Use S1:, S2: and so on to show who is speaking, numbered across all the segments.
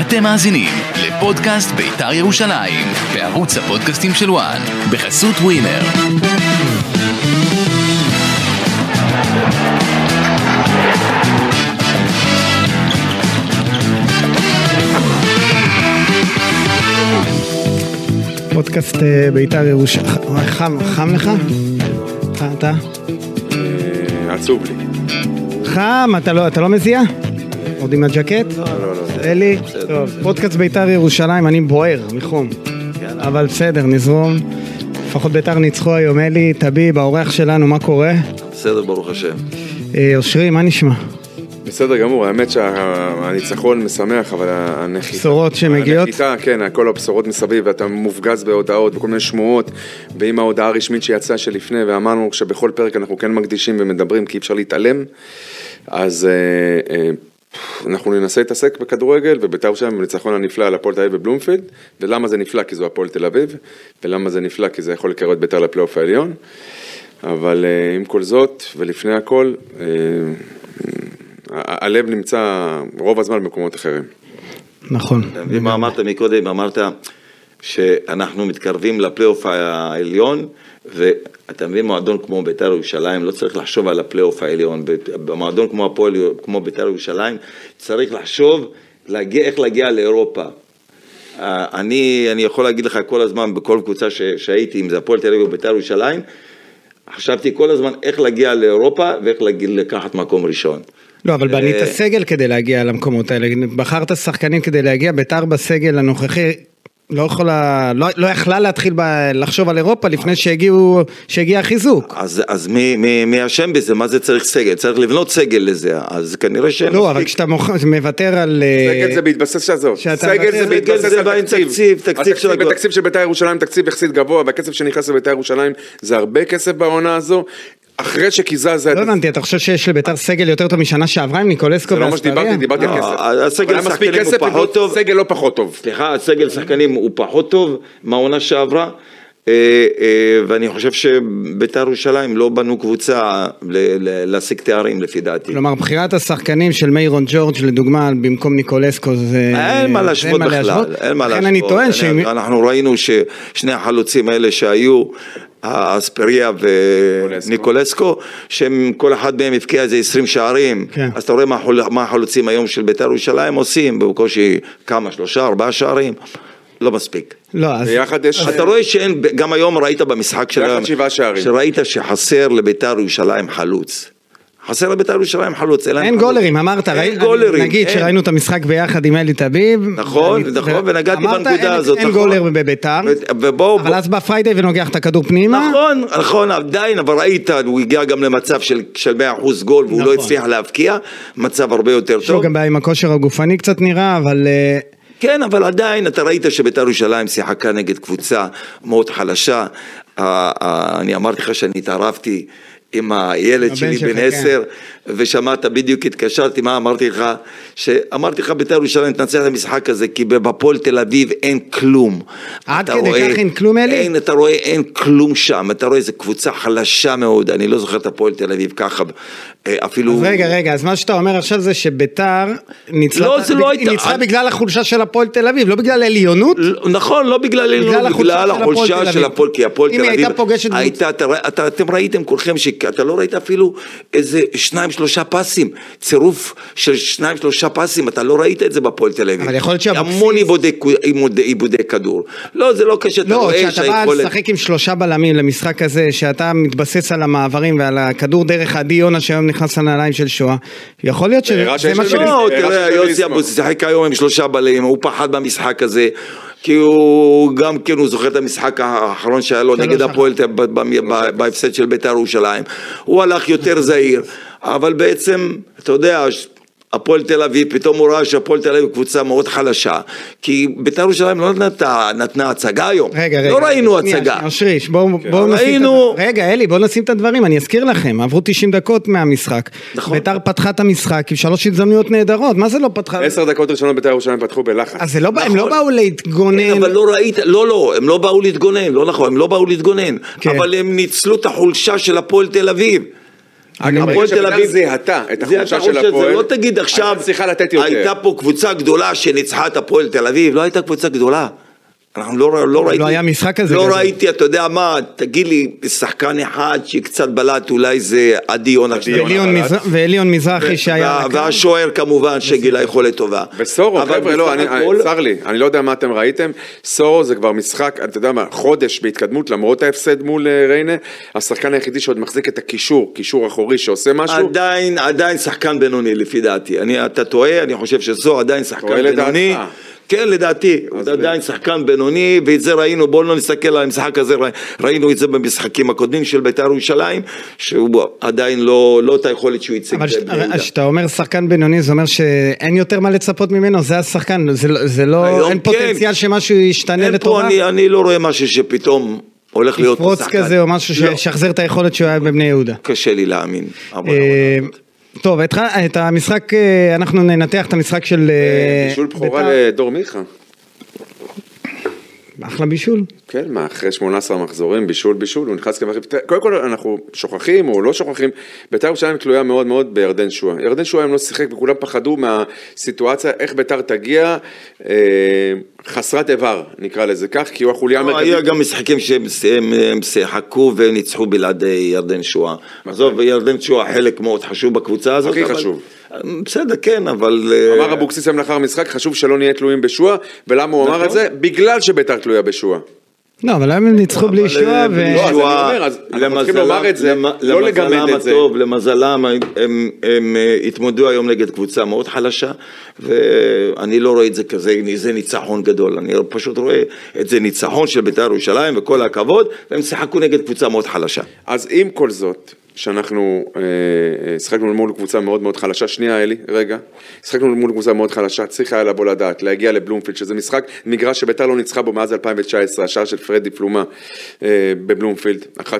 S1: אתם מאזינים לפודקאסט בית"ר ירושלים, בערוץ הפודקאסטים של וואן, בחסות ווינר.
S2: פודקאסט אה, בית"ר ירושלים. חם, חם לך? אתה- אתה?
S3: אה, עצוב לי.
S2: חם, אתה לא, אתה לא מזיע? עוד עם הג'קט?
S3: לא, לא.
S2: אלי? טוב, פודקאסט בית"ר ירושלים, אני בוער מחום. אבל בסדר, נזרום. לפחות בית"ר ניצחו היום, אלי, טביב, האורח שלנו, מה קורה?
S4: בסדר, ברוך השם.
S2: אה, אושרי, מה נשמע?
S3: בסדר גמור, האמת שהניצחון משמח, אבל הנחיתה...
S2: בשורות שמגיעות?
S3: הנחיתה, כן, כל הבשורות מסביב, ואתה מופגז בהודעות וכל מיני שמועות, ועם ההודעה הרשמית שיצאה שלפני, ואמרנו שבכל פרק אנחנו כן מקדישים ומדברים, כי אי אפשר להתעלם, אז אה, אה, אנחנו ננסה להתעסק בכדורגל, ובית"ר ירושלים בניצחון הנפלא על הפועל תל אביב בבלומפילד, ולמה זה נפלא? כי זו הפועל תל אביב, ולמה זה נפלא? כי זה יכול לקרב את בית"ר לפלייאוף העליון. אבל אה, עם כל זאת, ולפני הכל, אה, ה- הלב נמצא רוב הזמן במקומות אחרים.
S2: נכון.
S4: אתה מבין מה אמרת מקודם? אמרת שאנחנו מתקרבים לפלייאוף העליון, ואתה מבין, מועדון כמו בית"ר ירושלים, לא צריך לחשוב על הפלייאוף העליון. במועדון כמו הפועל, כמו בית"ר ירושלים, צריך לחשוב להגיע, איך להגיע לאירופה. אה, אני, אני יכול להגיד לך כל הזמן, בכל קבוצה ש, שהייתי, אם זה הפועל תל אביב או בית"ר ירושלים, חשבתי כל הזמן איך להגיע לאירופה ואיך להגיע, לקחת מקום ראשון.
S2: לא, אבל בנית
S4: אה,
S2: סגל כדי להגיע למקומות האלה, בחרת שחקנים כדי להגיע, בית"ר בסגל הנוכחי לא יכולה, לא, לא יכלה להתחיל ב, לחשוב על אירופה לפני שהגיעו, שהגיע החיזוק.
S4: אז, אז מי, מי, מי אשם בזה? מה זה צריך סגל? צריך לבנות סגל לזה, אז כנראה שאין
S2: לא, אבל כשאתה מוכ... מוותר על... אה,
S3: סגל זה בהתבסס, עזוב,
S2: שאתה-
S3: סגל
S2: סגל
S3: זה בהתבסס
S4: זה
S3: על
S4: בעין
S3: תקציב.
S4: תקציב, תקציב של
S3: התקציב
S4: הגו-
S3: בתקציב של בית"ר ירושלים, תקציב יחסית גבוה, והכסף שנכנס לבית"ר ירושלים זה הרבה כסף בעונה הזו. אחרי שקיזזת את
S2: לא הבנתי, אתה חושב שיש לבית"ר סגל יותר טוב משנה שעברה עם ניקולסקו
S3: זה לא מה שדיברתי, דיברתי על
S4: לא,
S3: כסף.
S4: הסגל
S3: אבל היה מספיק
S4: שחקנים הוא
S3: כסף,
S4: פחות
S3: לבנות
S4: טוב. כן.
S3: סגל לא פחות טוב.
S4: סליחה, הסגל שחקנים הוא פחות טוב מהעונה שעברה, אה, אה, ואני חושב שבית"ר ירושלים לא בנו קבוצה ל- ל- להשיג תארים לפי דעתי.
S2: כלומר, בחירת השחקנים של מיירון ג'ורג' לדוגמה, במקום ניקולסקו זה...
S4: אין מה
S2: זה
S4: להשוות בכלל,
S2: אה, להשוות.
S4: אין מה להשוות.
S2: לכן אני טוען שאם...
S4: אנחנו ראינו ששני החלוצים האלה שהיו, אספריה וניקולסקו, שהם, כל אחד מהם הבקיע איזה 20 שערים.
S2: כן.
S4: אז אתה רואה מה החול- מה החלוצים היום של בית"ר ירושלים עושים, בקושי כמה, שלושה, ארבעה שערים. לא מספיק.
S2: לא, אז...
S3: ביחד יש...
S4: אתה רואה שאין, גם היום ראית במשחק של
S3: ביחד
S4: היום,
S3: שבעה שערים.
S4: שראית שחסר לביתר ירושלים חלוץ. חסר לביתר ירושלים חלוץ, להם
S2: אין
S4: חלוץ.
S2: גולרים, אמרת,
S4: אין
S2: ראי-
S4: גולרים,
S2: נגיד
S4: אין.
S2: שראינו את המשחק ביחד עם אלי טביב.
S4: נכון,
S2: אני-
S4: נכון,
S2: ו-
S4: ונגעתי
S2: אמרת,
S4: בנקודה
S2: אין-
S4: הזאת,
S2: אין
S4: נכון.
S2: גולר בביתר,
S4: ו- ובואו,
S2: אבל
S4: בוא-
S2: אז בא פריידי ונוגח את הכדור פנימה.
S4: נכון, נכון, עדיין, אבל ראית, הוא הגיע גם למצב של, של 100% גול, והוא
S2: נכון.
S4: לא הצליח להבקיע, מצב הרבה יותר
S2: יש לו
S4: טוב.
S2: גם בעיה עם הכושר הגופני קצת נראה, אבל... אה,
S4: כן, אבל עדיין, אתה ראית שביתר ירושלים שיחקה נגד קבוצה מאוד חלשה. אה, אה, אני אמרתי לך שאני התערבתי עם
S2: הבן
S4: הילד שלי,
S2: שלך,
S4: בן
S2: כן.
S4: עשר, ושמעת, בדיוק התקשרתי, מה אמרתי לך? שאמרתי לך, ביתר ירושלים תנצח את המשחק הזה, כי בפועל תל אביב אין כלום.
S2: עד
S4: אתה
S2: כדי
S4: רואה-
S2: כך אין כלום, אלי?
S4: אין, אתה רואה, אין כלום שם, אתה רואה, זו קבוצה חלשה מאוד, אני לא זוכר את הפועל תל אביב ככה, אה, אפילו...
S2: אז רגע, רגע, אז מה שאתה אומר עכשיו זה שביתר ניצלה-
S4: לא, זה לא הייתה-
S2: ניצחה
S4: אני-
S2: בגלל החולשה של הפועל תל אביב, לא בגלל עליונות.
S4: לא, נכון, לא בגלל
S2: בגלל החולשה
S4: עליונות, בגלל
S2: של הפועל תל
S4: החולשה
S2: אביב.
S4: של הפועל, כי הפועל
S2: אם
S4: תל
S2: היא
S4: אביב,
S2: הייתה פוגשת קבוצה-
S4: הייתה, אתה רא- אתה- אתם ראיתם כולכם, שאתה לא ראית אפילו איזה שניים שלושה פסים, צירוף של שניים שלושה פסים, אתה לא ראית את זה בפועל תל אביב.
S2: אבל יכול להיות שאבוקסיס-
S4: המון עיבודי כו- עיבוד- עיבודי כדור. לא, זה לא קשה, אתה
S2: לא,
S4: רואה
S2: כשאתה בא
S4: שהיכולת...
S2: לשחק עם שלושה בלמים למשחק הזה, שאתה מתבסס על המעברים ועל הכדור דרך עדי יונה שהיום נכנס לנעליים של שואה, יכול להיות
S3: והראה
S2: שזה
S3: שיש
S2: מה ש...
S3: לו-
S4: לא,
S3: אה,
S4: תראה,
S3: רשת
S4: יוסי
S3: בליסמוב.
S4: אבוס שיחק היום עם שלושה בלמים, הוא פחד במשחק הזה. כי הוא גם כן, הוא זוכר את המשחק האחרון שהיה לו
S2: שלוש
S4: נגד
S2: אחת.
S4: הפועל ב- ב- ב- בהפסד של בית"ר ירושלים. הוא הלך יותר זהיר, אבל בעצם, אתה יודע, ש- הפועל תל אביב, פתאום הוא ראה שהפועל תל אביב קבוצה מאוד חלשה, כי בית"ר ירושלים לא נתנה, נתנה הצגה היום.
S2: רגע, רגע.
S4: לא ראינו
S2: שנייה,
S4: הצגה. לא
S2: שנייה, אושרי, בואו
S3: כן.
S2: בואו נשים את
S4: ראינו-
S2: הדברים. רגע, אלי, בואו נשים את הדברים, אני אזכיר לכם, עברו 90 דקות מהמשחק.
S4: נכון.
S2: ביתר פתחה את המשחק עם שלוש הזדמנויות נהדרות, מה זה לא פתחה?
S3: עשר דקות ראשונות בית"ר ירושלים פתחו בלחץ.
S2: אז זה לא, בא- הם
S4: נכון.
S2: לא באו להתגונן.
S4: כן, אבל לא ראית, לא, לא, הם לא באו להתגונן, לא נכון, הם לא באו להתגונן,
S2: כן.
S4: אבל הם ניצלו את החולשה של הפועל תל אביב.
S2: אני אומר,
S4: הפועל תל
S3: שבית"ר
S4: אביב
S3: זיהתה את
S4: זיהתה,
S3: החולשה של
S4: או שזה
S3: הפועל,
S4: לא תגיד
S3: הייתה
S4: עכשיו,
S3: צריכה לתת יותר.
S4: הייתה פה קבוצה גדולה שניצחה את הפועל תל אביב, לא הייתה קבוצה גדולה. אנחנו לא, לא, לא ראיתי,
S2: היה משחק כזה
S4: לא
S2: גדול.
S4: ראיתי, אתה יודע מה, תגיד לי, שחקן אחד שקצת בלט, אולי זה עדי יונה.
S3: יונה.
S4: ו-
S2: ועליון
S3: אבל-
S2: מזר- ועליון מזרחי שהיה...
S4: וה-
S2: על הקו.
S4: והשוער כמובן שגילה יכולת טובה.
S3: וסורו,
S4: אבל
S3: חבר'ה, לא,
S4: בסך
S3: אני-
S4: הכל-
S3: צר לי, אני לא יודע מה אתם ראיתם, סורו זה כבר משחק, אתה יודע מה, חודש בהתקדמות למרות ההפסד מול אה, ריינה, השחקן היחידי שעוד מחזיק את הקישור, קישור אחורי שעושה משהו,
S4: עדיין, עדיין שחקן בינוני לפי דעתי. אני, אתה טועה, אני חושב שזו עדיין
S3: טועה
S4: שחקן
S3: לדעתך.
S4: בינוני. כן, לדעתי, הוא
S3: אז
S4: עדיין שחקן בינוני, ואת זה ראינו, בואו לא נסתכל על המשחק הזה, ראי- ראינו את זה במשחקים הקודמים של בית"ר ירושלים, שהוא עדיין לא, לא את היכולת שהוא הציג.
S2: אבל ש-
S4: בליגה.
S2: כשאתה אומר שחקן בינוני זה אומר שאין יותר מה לצפות ממנו, זה השחקן, זה לא- זה לא,
S4: היום
S2: אין
S4: כן.
S2: פוטנציאל שמשהו ישתנה
S4: אין פה,
S2: לטובה,
S4: אני, אני לא רואה משהו שפתאום הולך להיות פה
S2: יפרוץ
S4: שחקן.
S2: כזה או משהו
S4: לא,
S2: שישחזר את היכולת שהוא היה בבני יהודה.
S4: קשה לי להאמין. אבל-
S2: אה, טוב, את ה- את המשחק, אה, אנחנו ננתח את המשחק של... אה,
S3: בישול בכורה
S2: בית"ר.
S3: לדור מיכה,
S2: אחלה בישול.
S3: כן, מה, אחרי 18 מחזורים, בישול בישול, הוא נכנס כמחליף, תראה, קודם כל אנחנו שוכחים או לא שוכחים, בית"ר ירושלים תלויה מאוד מאוד בירדן שועה, ירדן שועה היום לא שיחק וכולם פחדו מהסיטואציה, איך בית"ר תגיע אה, חסרת איבר, נקרא לזה כך, כי הוא החוליה
S4: לא,
S3: המרכזית.
S4: היה גם משחקים שהם הם- הם שיחקו וניצחו בלעדי ירדן שואה. עזוב, ירדן שואה חלק מאוד חשוב בקבוצה הזאת.
S3: אוקיי. הכי
S4: אבל-
S3: חשוב.
S4: בסדר, כן, אבל...
S3: אמר
S4: אה,
S3: אבוקסיס היום לאחר המשחק, חשוב שלא נהיה תלויים בשועה, ולמה הוא אמר
S4: נכון.
S3: את זה? בגלל שביתר תלויה בשועה.
S2: לא, אבל היום הם ניצחו בלי
S4: אבל,
S2: שועה,
S4: אה,
S2: ו...
S4: בלי
S3: לא, אז אני
S4: שואה,
S3: אומר, אז אנחנו
S4: למזלם-
S3: צריכים לומר את זה,
S4: למ-
S3: לא לגמד
S4: למזלם
S3: את זה.
S4: הטוב, למזלם, הם- הם הם, אה, התמודדו היום נגד קבוצה מאוד חלשה, ואני לא רואה את זה כזה, זה ניצחון גדול. אני פשוט רואה את זה ניצחון של בית"ר ירושלים, וכל הכבוד, והם שיחקו נגד קבוצה מאוד חלשה.
S3: אז עם כל זאת, שאנחנו אה, אה, שיחקנו מול קבוצה מאוד מאוד חלשה, שנייה אלי, רגע, שיחקנו מול קבוצה מאוד חלשה, צריך היה לבוא לדעת, להגיע לבלומפילד, שזה משחק, מגרש שביתר לא ניצחה בו מאז 2019, השער של פרדי פלומה אה, בבלומפילד, 1-0,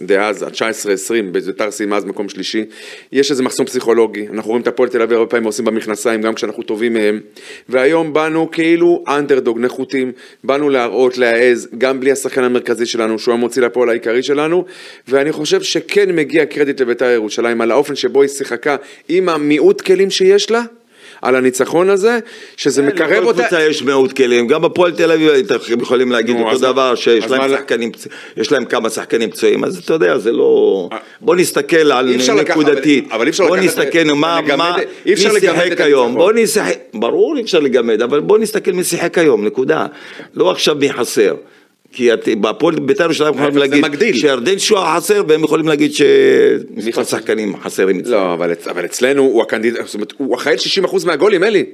S3: דאז, ה-19-20, ביתר סיימה אז מקום שלישי, יש איזה מחסום פסיכולוגי, אנחנו רואים את הפועל תל אביב הרבה פעמים עושים במכנסיים, גם כשאנחנו טובים מהם, והיום באנו כאילו אנדרדוג, נחותים, באנו להראות, להעז, גם בלי השחקן המרכזי שלנו, שהוא המוציא לפועל העיקרי שלנו, ואני חושב שכן מגיע קרדיט לבית"ר ירושלים על האופן שבו היא שיחקה עם המיעוט כלים שיש לה, על הניצחון הזה, שזה מקרב
S4: כן, לכל
S3: אותה...
S4: קבוצה יש מאות כלים, גם בפועל תל אביב אתם יכולים להגיד
S3: נו,
S4: אותו
S3: אז מה-
S4: דבר, שיש
S3: אז מה
S4: להם
S3: לה-
S4: שחקנים, פצ- יש להם כמה שחקנים פצועים, אז אתה יודע, זה לא... בוא נסתכל על
S3: אה, אי אפשר לקחת,
S4: נקודתית,
S3: אבל- אבל אי אפשר
S4: בוא
S3: לקחת-
S4: נסתכל מה,
S3: לגמד-
S4: מה,
S3: אי
S4: מי
S3: אפשר לגמד את
S4: שיחק היום,
S3: הניצחון.
S4: בוא נסחק, ברור אי אפשר לגמד, אבל בוא נסתכל מי שיחק היום, נקודה. לא עכשיו מי חסר. כי את- בהפועל בית"ר ירושלים יכולים
S3: זה
S4: להגיד
S3: מגדיל.
S4: שירדן שואה חסר והם יכולים להגיד
S3: חסר?
S4: שמספר שחקנים חסרים אצלם.
S3: לא, אבל, אצ- אבל אצלנו הוא הקנדידט, זאת אומרת, הוא אחראי ל-60% מהגולים, אלי.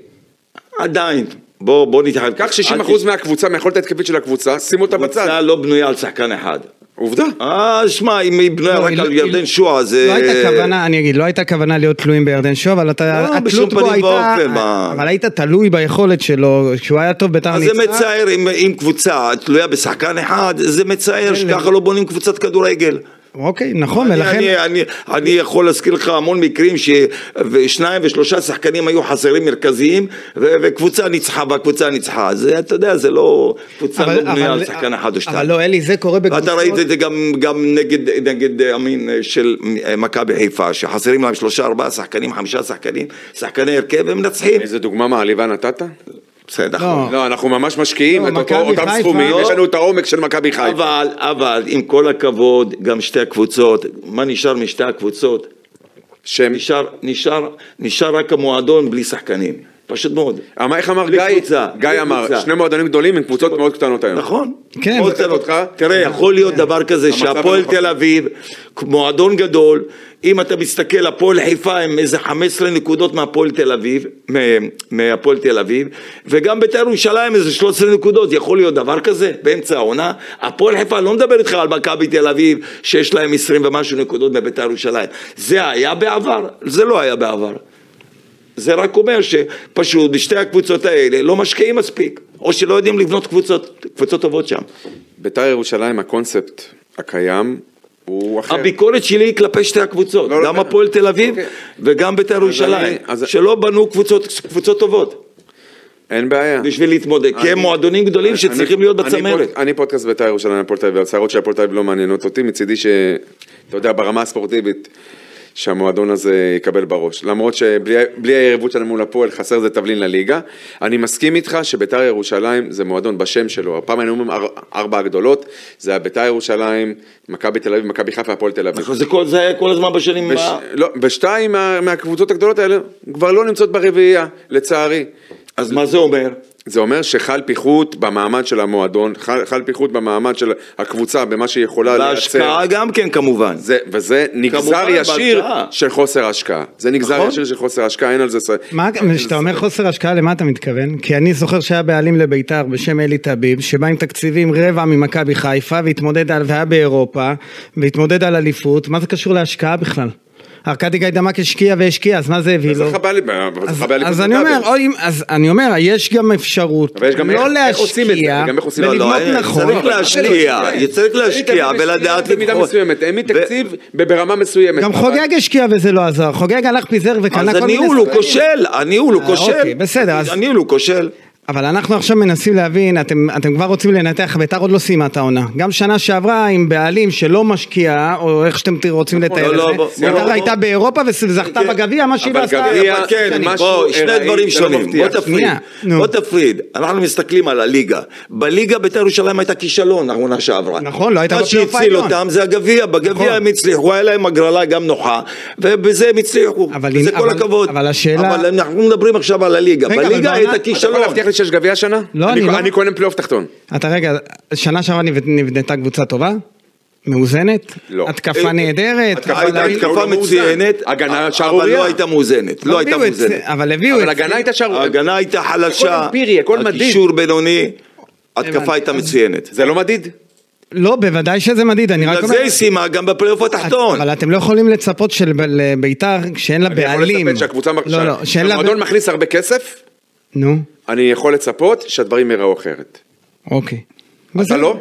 S4: עדיין, בוא בוא נתחייב.
S3: קח
S4: אל
S3: 60% מהקבוצה, מהיכולת ההתקפית של הקבוצה, שים אותה
S4: קבוצה
S3: בצד.
S4: לא בנויה על שחקן אחד.
S3: עובדה.
S4: אה, שמע, אם היא בנויה
S2: לא,
S4: רק
S2: היא לא-
S4: על
S2: היא
S4: ירדן שועה, זה...
S2: לא הייתה כוונה, אני אגיד, לא הייתה כוונה להיות תלויים בירדן שוב, אבל אתה,
S4: לא, בשום
S2: התלות
S4: פנים
S2: בו הייתה,
S4: ואופן, מה.
S2: אבל היית תלוי ביכולת שלו, כשהוא היה טוב ביתר
S4: אז זה
S2: ניצחה,
S4: מצער, אם- אם קבוצה תלויה בשחקן אחד, זה מצער שככה לא בונים קבוצת כדורגל.
S2: אוקיי, נכון,
S4: אני-
S2: ולכן,
S4: אני- אני- אני יכול להזכיר לך המון מקרים ששניים ושלושה שחקנים היו חסרים מרכזיים, ו- וקבוצה ניצחה והקבוצה ניצחה. זה, אתה יודע, זה לא... קבוצה לא בנויה על שחקן אחד או שתיים.
S2: אבל לא, אלי, זה קורה בקבוצות,
S4: ואתה ראית את זה גם, גם נגד, נגד אה, אמין של אה, מכבי חיפה, שחסרים להם שלושה, ארבעה שחקנים, חמישה שחקנים, שחקני הרכב, הם מנצחים.
S3: איזה דוגמה מעליבה נתת?
S4: בסדר. נכון.
S2: לא.
S3: לא, אנחנו ממש משקיעים
S2: לא,
S3: את אותו-
S2: מכבי
S3: אותם
S2: חיפה-
S3: סכומים,
S2: לא.
S3: יש לנו את העומק של מכבי חיפה.
S4: אבל, אבל, עם כל הכבוד, גם שתי הקבוצות, מה נשאר משתי הקבוצות?
S3: שהם-
S4: נשאר, נשאר, נשאר רק המועדון בלי שחקנים. פשוט מאוד.
S3: אמר- אה, איך אמר
S4: בלי
S3: גיא?
S4: קבוצה,
S3: גיא
S4: בלי
S3: אמר,
S4: קבוצה.
S3: שני מועדונים גדולים עם קבוצות מאוד קטנות היום.
S4: נכון.
S2: כן,
S4: מאוד
S3: מצטט
S4: קטנות.
S3: אותך.
S4: תראה, יכול להיות דבר כזה
S3: כן. המצב
S4: שהפועל
S3: הנוכחי.
S4: תל אביב, מועדון גדול, אם אתה מסתכל, הפועל חיפה הם איזה 15 נקודות מהפועל תל אביב, מ- מהפועל תל אביב, וגם בית"ר ירושלים איזה 13 נקודות, יכול להיות דבר כזה באמצע העונה? הפועל חיפה, אני לא מדבר איתך על מכבי תל אביב, שיש להם 20 ומשהו נקודות מבית"ר ירושלים. זה היה בעבר? זה לא היה בעבר. זה רק אומר שפשוט בשתי הקבוצות האלה לא משקיעים מספיק, או שלא יודעים לבנות קבוצות, קבוצות טובות שם.
S3: בית"ר ירושלים, הקונספט הקיים הוא אחר.
S4: הביקורת שלי היא כלפי שתי הקבוצות,
S3: כן. לא, לא,
S4: גם
S3: לא.
S4: הפועל תל אביב
S3: אוקיי.
S4: וגם בית"ר ירושלים,
S3: אני- אז-
S4: שלא בנו קבוצות, קבוצות טובות
S3: אין בעיה.
S4: בשביל להתמודד, כי הם מועדונים גדולים שצריכים להיות
S3: אני-
S4: בצמרת.
S3: אני פוד- אני פודקאסט בית"ר ירושלים, הפועל תל אביב, הסערות של הפועל תל אביב לא מעניינות אותי, מצידי ש... אתה יודע, ברמה הספורטיבית, שהמועדון הזה יקבל בראש. למרות שבלי בלי היריבות שלנו מול הפועל חסר זה תבלין לליגה. אני מסכים איתך שביתר ירושלים זה מועדון בשם שלו. הפעם היינו אומרים אר- ארבע הגדולות, זה היה ביתר ירושלים, מכבי תל אביב, מכבי חיפה, הפועל תל אביב.
S4: נכון, זה כל- זה היה כל הזמן בשנים...
S3: בש...
S4: ה-
S3: לא, בשתיים מה... מהקבוצות הגדולות האלה כבר לא נמצאות ברביעייה, לצערי.
S4: אז מה זה אומר?
S3: זה אומר שחל פיחות במעמד של המועדון, חל, חל פיחות במעמד של הקבוצה, במה שהיא יכולה לייצר.
S4: בהשקעה גם כן כמובן.
S3: לא, זה, וזה נגזר
S4: כמובן,
S3: ישיר
S4: בהשקעה.
S3: של חוסר השקעה. זה נגזר
S4: נכון.
S3: ישיר של חוסר השקעה, אין על זה... ס-
S2: מה, כשאתה אומר חוסר השקעה, למה אתה מתכוון? כי אני זוכר שהיה בעלים לביתר בשם אלי טביב, שבא עם תקציבים רבע ממכבי חיפה, והתמודד על, והיה באירופה, והתמודד על אליפות, מה זה קשור להשקעה בכלל? ארכדי גיידמק השקיע והשקיע, אז מה זה הביא לו?
S3: זה חבל לי, אבל זה
S2: כאילו- אז,
S3: חבל לי.
S2: אז
S3: פשוט
S2: אני אומר,
S3: לדעת.
S2: או, אם- אז אני אומר, יש גם אפשרות
S3: אבל יש גם איך-
S2: לא
S3: איך עושים את זה,
S2: להשקיע,
S3: וגם איך עושים- אה,
S4: לא, לא,
S2: ולבנות
S4: אין,
S2: נכון.
S4: צריך
S3: אבל-
S4: להשקיע, צריך להשקיע
S3: תמיד
S4: ולדעת
S3: משקיעים במידה
S4: לבחור.
S3: מסוימת, הם
S4: ו-
S3: מתקציב ברמה מסוימת.
S2: גם
S3: אבל-
S2: חוגג השקיע וזה לא עזר, חוגג הלך פיזר
S4: אז
S2: וקנה כל מיני...
S3: לא
S4: הניהול הוא
S2: שחקנים.
S4: כושל, הניהול הוא
S2: אה,
S4: כושל.
S2: אוקיי, בסדר, אז-
S4: הניהול הוא כושל.
S2: אבל אנחנו עכשיו מנסים להבין, אתם, אתם כבר רוצים לנתח, ביתר עוד לא סיימה את העונה. גם שנה שעברה עם בעלים שלא משקיע, או איך שאתם רוצים לתאר
S4: לא,
S2: את
S4: לא,
S2: זה,
S4: בוא,
S2: ביתר
S4: בוא,
S2: הייתה
S4: בוא.
S2: באירופה וזכתה
S4: כן.
S2: בגביע, מה שהיא לא
S3: אבל
S2: עשתה.
S3: גביע,
S2: ארבע
S4: כן,
S2: שנים.
S3: משהו
S4: בוא, שני
S3: ארעי,
S4: דברים
S3: זה לא
S4: שונים,
S3: מבטיח.
S4: בוא תפריד,
S2: שנייה, נו.
S4: בוא תפריד, אנחנו מסתכלים על הליגה, בליגה בית"ר ירושלים הייתה כישלון העונה שעברה,
S2: נכון, לא הייתה
S4: מה
S2: בפלייאוף
S4: שהציל
S2: העליון.
S4: אותם זה הגביע,
S2: נכון.
S4: בגביע הם הצליחו, היה להם הגרלה גם נוחה, ובזה הם הצליחו,
S2: אבל
S4: וזה
S2: אם-
S4: כל
S2: אבל-
S4: הכבוד,
S2: אבל השאלה-
S4: אבל אנחנו מדברים עכשיו על הליגה,
S2: רגע, אבל
S4: בליגה
S2: בעונה-
S4: הייתה
S3: אתה יכול
S4: כישלון,
S3: להבטיח לי שיש גביע השנה?
S2: לא, אני לא-
S3: אני קונה פלייאוף תחתון.
S2: אתה רגע, שנה שעברה נבנ- נבנתה קבוצה טובה? מאוזנת?
S3: לא.
S2: התקפה
S4: אה,
S2: נהדרת?
S3: התקפה-
S2: אבל-
S4: הייתה
S3: אבל-
S4: התקפה
S3: לא מאוזן.
S4: מצוינת,
S3: הגנה
S4: אבל
S3: שערורייה.
S4: לא הייתה מאוזנת, לא הייתה
S2: הביאו את זה,
S4: מאוזנת,
S2: אבל הביאו את
S3: אבל
S2: זה.
S3: הגנה הייתה שערורייה.
S4: ההגנה הייתה חלשה,
S3: אמפירי, הכל מדהים.
S4: הקישור בינוני,
S2: הבנתי.
S4: התקפה הייתה מצוינת.
S3: זה לא מדיד?
S2: לא, בוודאי שזה מדיד, אני רק
S4: בגלל
S2: אומר...
S4: זה היא סיימה גם בפלייאוף התחתון.
S2: אבל אתם לא יכולים לצפות שלביתר, כשאין לה
S3: אני יכול
S2: בעלים...
S3: לצפות שהקבוצה... מרגישה-
S2: לא, לא, שאין לה...
S3: שהמועדון מכניס הרבה כסף,
S2: נו,
S3: אני יכול לצפות שהדברים יראו אחרת.
S2: אוקיי. בסדר.
S3: לא?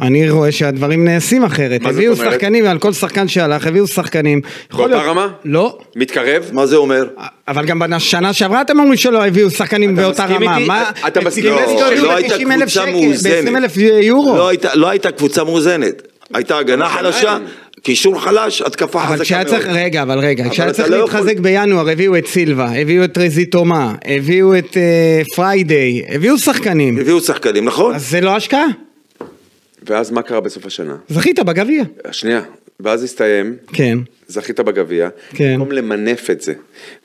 S2: אני רואה שהדברים נעשים אחרת.
S3: מה זאת
S2: הביאו
S3: אומרת?
S2: שחקנים, על כל שחקן שהלך, הביאו שחקנים. יכול
S3: באותה
S2: להיות-
S3: רמה?
S2: לא.
S3: מתקרב?
S4: מה זה אומר?
S2: אבל גם בשנה שעברה אתם אומרים שלא הביאו שחקנים באותה
S3: מסכים
S2: רמה.
S3: איתי?
S2: מה? אה,
S3: אתה
S2: את
S3: מסכים
S2: קיבלסקי
S3: איתי? לא,
S2: הביאו
S3: לא
S2: ב- 90,000 שקל, ב-20 אלף יורו.
S4: לא הייתה- לא הייתה קבוצה מאוזנת. הייתה הגנה חלשה, קישור חלש, התקפה חזקה מאוד.
S2: אבל כשהיה צריך, רגע, אבל רגע, כשהיה
S4: אתה
S2: צריך
S4: לא יכול-
S2: להתחזק בינואר, הביאו את סילבה, הביאו את רזי תומה, הביאו את אה, פריידיי, הביאו שחקנים.
S4: הביאו שחקנים, נכון?
S2: אז זה לא השקעה?
S3: ואז מה קרה בסוף השנה?
S2: זכית בגביע.
S3: שנייה, ואז הסתיים,
S2: כן.
S3: זכית בגביע,
S2: כן.
S3: במקום למנף את זה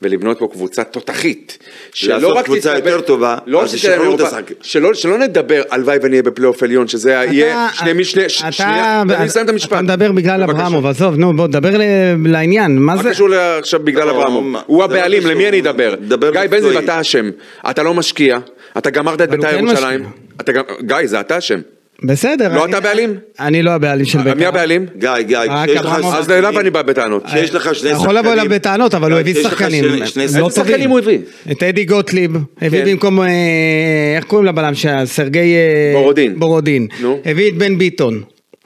S3: ולבנות פה קבוצה תותחית, שלא
S4: לעשות
S3: רק
S4: קבוצה
S3: תתקבל-
S4: יותר טובה,
S3: לא רק
S4: אז
S3: תתקבל
S4: ישחררו את
S3: לאירופה,
S4: השחק-
S3: שלא שלא נדבר, הלוואי ונהיה בפלייאוף עליון, שזה יהיה שני משני, ש-
S2: אתה-
S3: שנייה,
S2: אתה-
S3: אני אסיים את המשפט.
S2: אתה מדבר בגלל
S3: בבקשה.
S2: אברמוב, עזוב, נו, בוא, דבר ל- לעניין, מה
S3: מה
S2: זה?
S3: קשור ל- עכשיו בגלל
S4: לא,
S3: אברמוב?
S4: מה-
S3: הוא
S4: זה לא
S3: הבעלים,
S4: קשור.
S3: למי אני אדבר?
S4: דבר
S3: גיא בן זיו,
S4: מקצועי.
S3: אתה אשם. אתה לא משקיע, אתה גמרת את
S2: אבל הוא
S3: בית"ר
S2: כן
S3: ירושלים. אתה גם- גיא, זה אתה אשם.
S2: בסדר.
S3: לא
S2: אני-
S3: אתה הבעלים? אה,
S2: אני לא הבעלים של בית"ר.
S3: מי הבעלים?
S4: גיא, גיא,
S2: רק
S4: כשיש לך
S2: אברמוב.
S3: אז
S4: שחקנים-
S3: אליו אני בא
S2: אה,
S3: בטענות.
S4: כשיש לך שני
S2: אתה
S4: שחקנים...
S2: יכול לבוא אליו בטענות, אבל הוא
S4: גיא,
S2: הביא
S4: כשיש לך
S2: שחקנים.
S4: שני- שני
S2: לא
S4: שחקנים-
S2: טובים.
S3: הוא הביא?
S2: את אדי גוטליב,
S3: כן.
S2: הביא במקום, אה, איך קוראים לבלם שהיה? סרגי... אה,
S3: בורודין.
S2: בורודין.
S3: נו.
S2: הביא את בן ביטון.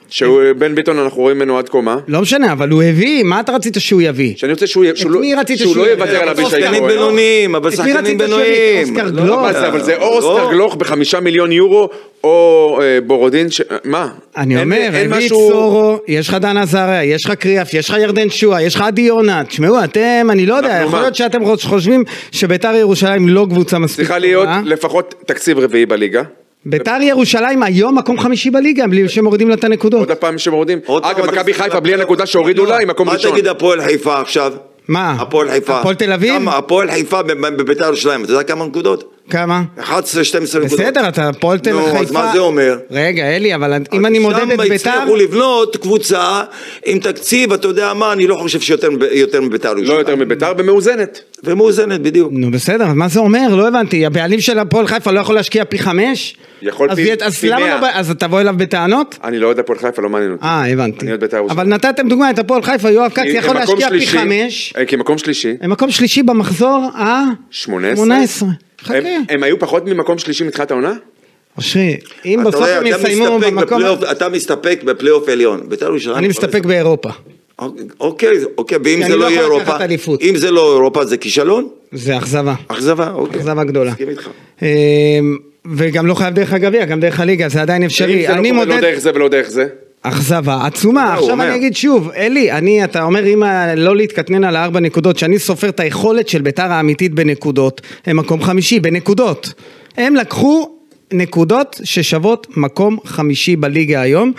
S3: שהוא בן ביטון, אנחנו רואים ממנו עד כה מה?
S2: לא משנה, אבל הוא הביא, מה אתה רצית שהוא יביא?
S3: שאני רוצה שהוא
S2: את מי
S3: לא-
S2: רצית
S3: שהוא
S2: שהוא
S3: לא
S2: יביא?
S3: יוותר
S2: אבל
S3: על אבישי
S4: שחקנים
S2: אוסקר
S3: כהן.
S2: גלוך.
S4: בינוניים, אבל
S2: את מי
S4: שחקנים
S2: רצית שהוא
S4: בינוניים.
S2: יביא? אוסקר
S4: לא,
S2: גלוך.
S3: מה זה, אבל זה או
S4: לא.
S3: אוסקר גלוך בחמישה מיליון יורו, או אה, בורודין, ש- מה?
S2: אני
S3: אין-
S2: אומר,
S3: אין
S2: הביא את
S3: משהו-
S2: סורו, יש לך דן עזריה, יש לך קריאף, יש לך ירדן שועה, יש לך עדי יונה, תשמעו, אתם, אני לא יודע,
S3: אנחנו
S2: יכול
S3: מה?
S2: להיות שאתם חוש- חושבים שביתר ירושלים לא קבוצה מספיק
S3: צריכה להיות
S2: טובה.
S3: לפחות תקציב רביעי בליגה.
S2: ביתר ירושלים היום מקום חמישי בליגה, בלי שמורידים לה את הנקודות.
S3: עוד הפעם שמורדים.
S4: עוד פעם
S3: אגב,
S4: אתה
S3: מכבי
S4: מסתכל
S3: חיפה
S4: על
S3: בלי
S4: הפלייאוף.
S3: הנקודה שהורידו לה, היא מקום
S4: מה
S3: ראשון.
S4: תגיד הפועל חיפה עכשיו?
S2: מה?
S4: הפועל חיפה.
S2: אה. הפועל תל אביב?
S4: כמה? הפועל חיפה בב- בביתר ירושלים, אתה יודע כמה נקודות?
S2: כמה?
S4: 11, 12 נקודות.
S2: בסדר, אתה הפועל תל
S4: נו,
S2: חיפה.
S4: אז מה זה אומר?
S2: רגע, אלי, אבל אם אני מודד את
S4: שם
S2: ביתר...
S4: הצליחו לבנות קבוצה עם תקציב, אתה יודע מה, אני לא חושב שיותר יותר מביתר
S3: לא
S4: ירושלים.
S3: יותר מביתר ומאוזנת.
S4: ומאוזנת, בדיוק.
S2: נו בסדר, אז מה זה אומר? לא הבנתי. הבעלים של הפועל חיפה לא יכול להשקיע פי חמש?
S3: יכול
S2: אז
S3: פי-
S2: יהיה- אז
S3: פי
S2: למה
S3: מאה.
S2: לא... בא- אז תבוא אליו בטענות?
S3: אני לא יודע הפועל חיפה, לא מעניין אותי.
S2: אה, הבנתי.
S3: אני עוד בית"ר ירושלים.
S2: אבל נתתם דוגמא את הפועל חיפה, יואב כץ
S3: כי
S2: יכול
S3: כמקום
S2: להשקיע פי
S3: שלישי-
S2: חמש.
S3: אה, כמקום שלישי,
S2: הם מקום שלישי במחזור אה? ה...
S3: 18.
S2: 18. חכה.
S3: הם- הם היו פחות ממקום שלישי מתחילת העונה?
S2: אושרי, אם
S4: אתה
S2: בסוף
S4: רואה,
S2: הם
S4: אתה
S2: יסיימו
S4: מסתפק
S2: במקום...
S4: בפלייאוף-
S3: אה,
S4: אתה מסתפק בפלייאוף עליון. ביתר ירושלים...
S2: אני מסתפק באירופה.
S4: אוקיי, אוקיי, ואם
S2: כי אני
S4: זה
S2: לא
S4: לא יהיה
S2: יכול לקחת
S4: אירופה,
S2: אליפות.
S4: אם זה לא אירופה זה כישלון?
S2: זה אכזבה.
S4: אכזבה, אוקיי.
S2: אכזבה גדולה.
S4: מסכים איתך.
S2: אמ, וגם לא חייב דרך הגביע, גם דרך הליגה, זה עדיין
S3: אם
S2: אפשרי.
S3: זה לא
S2: אני
S3: קורה לא
S2: מודד...
S3: דרך זה ולא דרך זה.
S2: אכזבה עצומה.
S3: לא, הוא
S2: עכשיו
S3: אומר.
S2: אני אגיד שוב, אלי, אני, אתה אומר אם ה- לא להתקטנן על הארבע נקודות, שאני סופר את היכולת של ביתר האמיתית בנקודות, הם מקום חמישי, בנקודות. הם לקחו נקודות ששוות מקום חמישי בליגה היום.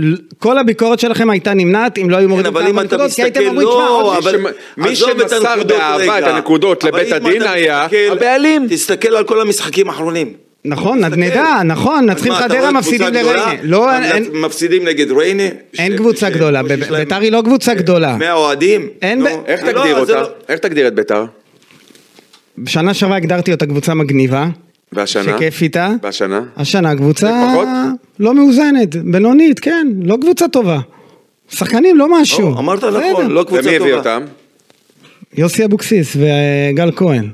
S2: ל- כל הביקורת שלכם הייתה נמנעת אם לא היו
S4: כן,
S2: מורידים את
S4: אבל אם
S2: הארבע
S4: אתה
S2: נקודות, כי
S4: מסתכל,
S2: הייתם אומרים, "תשמע, עוד
S4: לא,
S3: מי
S4: אבל...
S3: שמ- מי
S4: עזוב את
S3: שמסר
S4: הנקודות
S3: באהבה
S4: רגע.
S3: את הנקודות
S4: אבל
S3: לבית
S4: אם
S3: הדין
S4: אתה
S3: היה
S4: מסתכל-
S3: הבעלים.
S4: תסתכל על כל המשחקים האחרונים.
S2: נכון,
S4: תסתכל.
S2: נדנדה, נכון,
S4: אז
S2: מנצחים
S4: מה, אתה
S2: חדרה,
S4: רואה
S2: מפסידים
S4: קבוצה גדולה?
S2: לריינה. לא,
S4: אבל
S2: אין-
S4: מפסידים נגד ריינה.
S2: אין
S4: ש-
S2: קבוצה
S4: ש-
S2: גדולה,
S4: שיש
S2: ב-
S4: להם אה,
S2: ביתר היא לא קבוצה גדולה.
S4: 100 אוהדים.
S2: אין
S4: נו,
S2: ב-
S3: איך
S4: לא,
S3: תגדיר
S4: זה
S3: אותה?
S4: לא-
S3: איך תגדיר את ביתר?
S2: בשנה שעברה הגדרתי אותה קבוצה מגניבה.
S3: והשנה?
S2: שכיף איתה.
S3: והשנה?
S2: השנה קבוצה...
S3: זה פחות?
S2: לא מאוזנת, בינונית, כן, לא קבוצה טובה. שחקנים לא משהו.
S4: לא, אמרת
S2: בסדר.
S4: נכון, לא קבוצה טובה.
S3: ומי הביא אותם?
S2: יוסי אבוקסיס וגל כהן.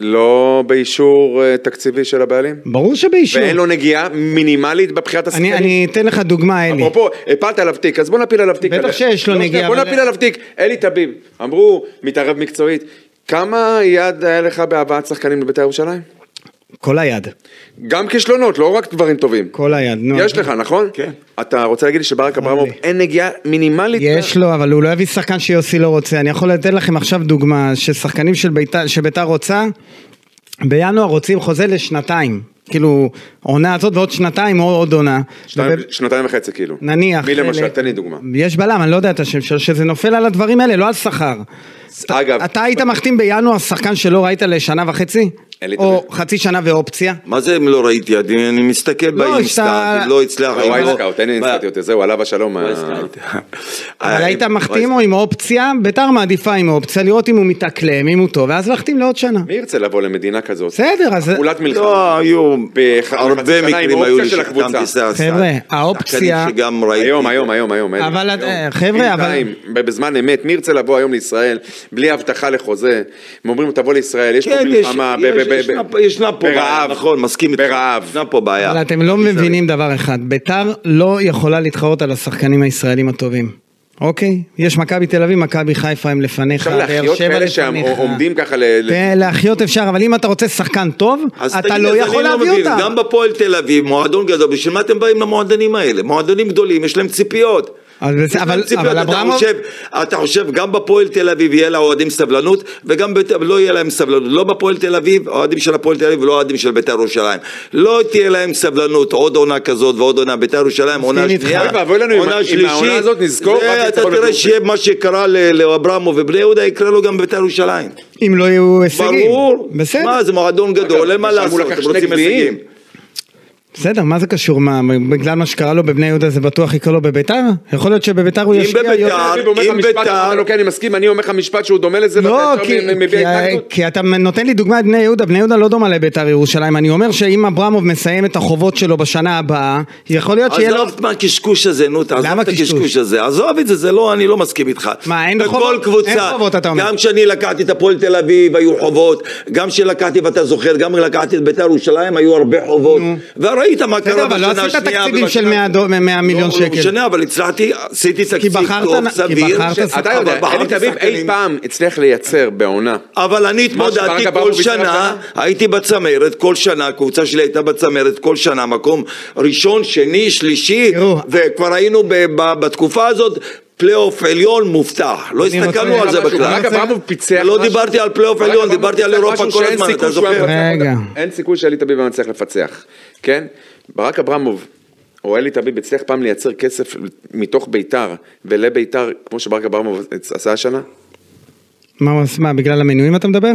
S3: לא באישור אה, תקציבי של הבעלים?
S2: ברור שבאישור.
S3: ואין לו נגיעה מינימלית בבחירת
S2: אני-
S3: השחקנים?
S2: אני אתן לך דוגמה, אלי.
S3: אפרופו, הפלת עליו תיק, אז בוא נפיל עליו תיק.
S2: בטח
S3: עליה.
S2: שיש לו
S3: לא,
S2: נגיעה,
S3: שנייה, בוא
S2: אבל-
S3: נפיל עליו תיק. אלי טביב, אמרו, מתערב מקצועית. כמה יד היה לך בהבאת שחקנים לבית"ר ירושלים?
S2: כל היד.
S3: גם כישלונות, לא רק דברים טובים.
S2: כל היד, נו.
S3: יש לך, נכון?
S4: כן.
S3: אתה רוצה להגיד לי שברק אברמוב
S2: לי.
S3: אין נגיעה מינימלית?
S2: יש לו, אבל הוא לא יביא שחקן שיוסי לא רוצה. אני יכול לתת לכם עכשיו דוגמה ששחקנים של ביתר, שביתר רוצה, בינואר רוצים חוזה לשנתיים. כאילו, עונה הזאת ועוד שנתיים או עוד עונה.
S3: שנתיים-
S2: וב-
S3: שנתיים וחצי כאילו.
S2: נניח.
S3: מי למשל?
S2: אלה-
S3: תן לי דוגמה.
S2: יש בלם, אני לא יודע את השם שלו, שזה נופל על הדברים האלה, לא על שכר. אתה-
S3: אגב-
S2: אתה היית מחתים בינואר שחקן שלא ראית לשנה וחצי?
S3: אין לי אה,
S2: או
S3: תמיד.
S2: חצי שנה ואופציה?
S4: מה זה אם לא ראיתי? אני אני מסתכל
S2: לא, שאתה-
S4: באינסטנט, לא הצלח.
S3: אה, וואי
S4: אם לא-
S3: סקאוט, אין לי
S4: מה-
S3: אינסטנט יותר, זהו, עליו השלום. ה-
S4: וואי סקאוט.
S2: אבל
S4: אה,
S2: היית
S4: וואי
S2: מחתים או עם אופציה? ביתר מעדיפה עם אופציה, לראות אם הוא מתאקלם, אם הוא טוב, ואז להחתים לעוד שנה.
S3: מי ירצה לבוא למדינה כזאת?
S2: בסדר, אז...
S3: פעולת מלחמה.
S4: לא, היו
S3: בח- בחצי
S4: הרבה
S3: שנה עם
S4: מקרים
S3: אופציה
S4: היו
S3: של
S4: לי
S3: הקבוצה.
S4: שחתמתי שיער
S2: חבר'ה,
S4: שחקנים
S2: האופציה-
S4: שגם ראיתי.
S3: היום, היום, היום, היום. אין.
S2: אבל את-
S3: היום.
S2: אה, חבר'ה, אבל-
S3: בינתיים, בזמן אמת, מי ירצה לבוא היום לישראל בלי הבטחה לחוזה? הם אומרים, תבוא לישראל, יש פה
S4: כן, יש-
S3: מלחמה, ב- ב-
S4: יש-
S3: ב-
S4: ישנה
S3: ב-
S4: פה- ישנה פה בעיה,
S3: ברעב,
S4: נכון, מסכים איתך.
S3: ברעב.
S4: ישנה פה בעיה.
S2: אבל אתם לא מבינים דבר אחד, ביתר לא יכולה להתחרות על השחקנים הישראלים הטובים. אוקיי? יש מכבי תל אביב, מכבי חיפה הם לפניך,
S3: אפשר להחיות כאלה שעומדים ככה ל... ל-
S2: כן, להחיות אפשר, אבל אם אתה רוצה שחקן טוב,
S4: אז
S2: אתה
S4: תגיד,
S2: לא
S4: אז אני
S2: יכול להביא
S4: מבין,
S2: אותם.
S4: גם בפועל תל אביב, מועדון גדול, בשביל מה אתם באים למועדונים האלה? מועדונים גדולים, יש להם ציפיות.
S2: אבל בסדר,
S4: יש להם
S2: אבל-
S4: ציפיות.
S2: אבל
S4: אתה
S2: אברמוב-
S4: חושב- אתה חושב, גם בפועל תל אביב יהיה לאוהדים סבלנות, וגם בת- לא יהיה להם סבלנות. לא בפועל תל אביב, אוהדים של הפועל תל אביב, לא אוהדים של בית"ר ירושלים. לא תהיה להם סבלנות, עוד עונה כזאת ועוד עונה. בית"ר ירושלים, עונה
S2: מסכים איתך.
S4: שנייה,
S3: אוי ואבוי לנו אם-
S4: עונה
S3: אם
S4: שלישית.
S3: העונה הזאת נזכור
S4: זה,
S3: רק
S4: אתה
S3: ניצחון
S4: תראה
S3: בטורקיה.
S4: שיהיה מה שקרה ל- לאברמוב ובני יהודה, יקרה לו גם בבית"ר ירושלים.
S2: אם לא יהיו הישגים.
S4: ברור.
S2: בסדר,
S4: מה, זה מועדון
S3: אגב,
S4: גדול, אין מה
S3: שם הוא
S4: לעשות,
S3: לקח
S4: הם
S3: שני
S4: רוצים
S3: גביעים.
S4: הישגים.
S2: בסדר, מה זה קשור? מה, בגלל מה שקרה לו בבני יהודה זה בטוח יקרה לו בביתר? יכול להיות שבביתר הוא
S4: אם
S2: ישקיע...
S4: בביתר-
S2: יותר-
S3: תל אביב אומר לך
S4: אם
S3: משפט,
S4: בית"ר-
S3: אתה אומר לו, כן, אני מסכים, אני אומר לך משפט שהוא דומה לזה,
S2: לא,
S3: ואתה
S2: כי,
S3: ישר מביע
S2: כי,
S3: התנגדות.
S2: כי אתה נותן לי דוגמה את בני יהודה, בני יהודה לא דומה לביתר ירושלים, אני אומר שאם אברמוב מסיים את החובות שלו בשנה הבאה, יכול להיות שיהיה לו...
S4: עזוב מהקשקוש הזה, נו, תעזוב
S2: למה
S4: את
S2: קשקוש?
S4: הקשקוש הזה, עזוב את זה, זה לא, אני לא מסכים איתך.
S2: מה, אין
S4: בכל
S2: חובות?
S4: קבוצה,
S2: אין חובות, אתה אומר.
S4: גם כשאני לקחתי את הפועל תל אביב, היו חובות, גם כשלקחתי, ואתה זוכר, גם לקחתי את ביתר ירושלים, היו הרבה חובות, וראית מה
S2: בסדר,
S4: קרה
S2: אבל לא
S4: בשנה השנייה.
S2: עשית תקציבים של
S4: ובשנה-
S2: 100 דו- 100 מיליון
S4: לא,
S2: שקל.
S4: לא משנה, אבל הצלחתי, עשיתי תקציב
S2: בחרת נ-
S4: טוב,
S2: כי
S4: סביר.
S2: בחרת
S4: ש-
S2: שחקן.
S3: אתה
S4: אבל
S3: יודע, אלי
S4: בחרתי
S3: תביב אי
S4: שחקנים.
S3: פעם הצליח לייצר בעונה.
S4: אבל אני
S3: מה
S4: התמודדתי
S3: שברק
S4: כל
S3: אברמוביץ' עשה
S4: שנה,
S3: השנה?
S4: הייתי בצמרת כל שנה, הקבוצה שלי הייתה בצמרת כל שנה, מקום ראשון, שני, שלישי,
S2: תראו.
S4: וכבר היינו ב- ב- בתקופה הזאת פלייאוף עליון מובטח, לא
S2: אני
S4: הסתכלנו
S2: רוצה-
S4: על זה
S2: משהו,
S4: בכלל.
S3: ברק אברמוב פיצח
S4: לא
S3: משהו-
S4: דיברתי על פלייאוף
S3: ברק
S4: עליון,
S3: אברמוב
S4: דיברתי על
S3: פיצח
S4: אירופה
S3: משהו
S4: כל
S3: שאין
S4: הזמן,
S3: סיכוי
S4: אתה
S3: שהוא היה
S4: זוכר?
S3: מנצח
S2: רגע.
S3: אותה. אין סיכוי שאלי תביב היה מצליח לפצח, כן? ברק אברמוב או אלי תביב הצליח פעם לייצר כסף מתוך ביתר ולביתר, כמו שברק אברמוב עשה השנה?
S2: מה, הוא עשה? מה, בגלל המנויים אתה מדבר?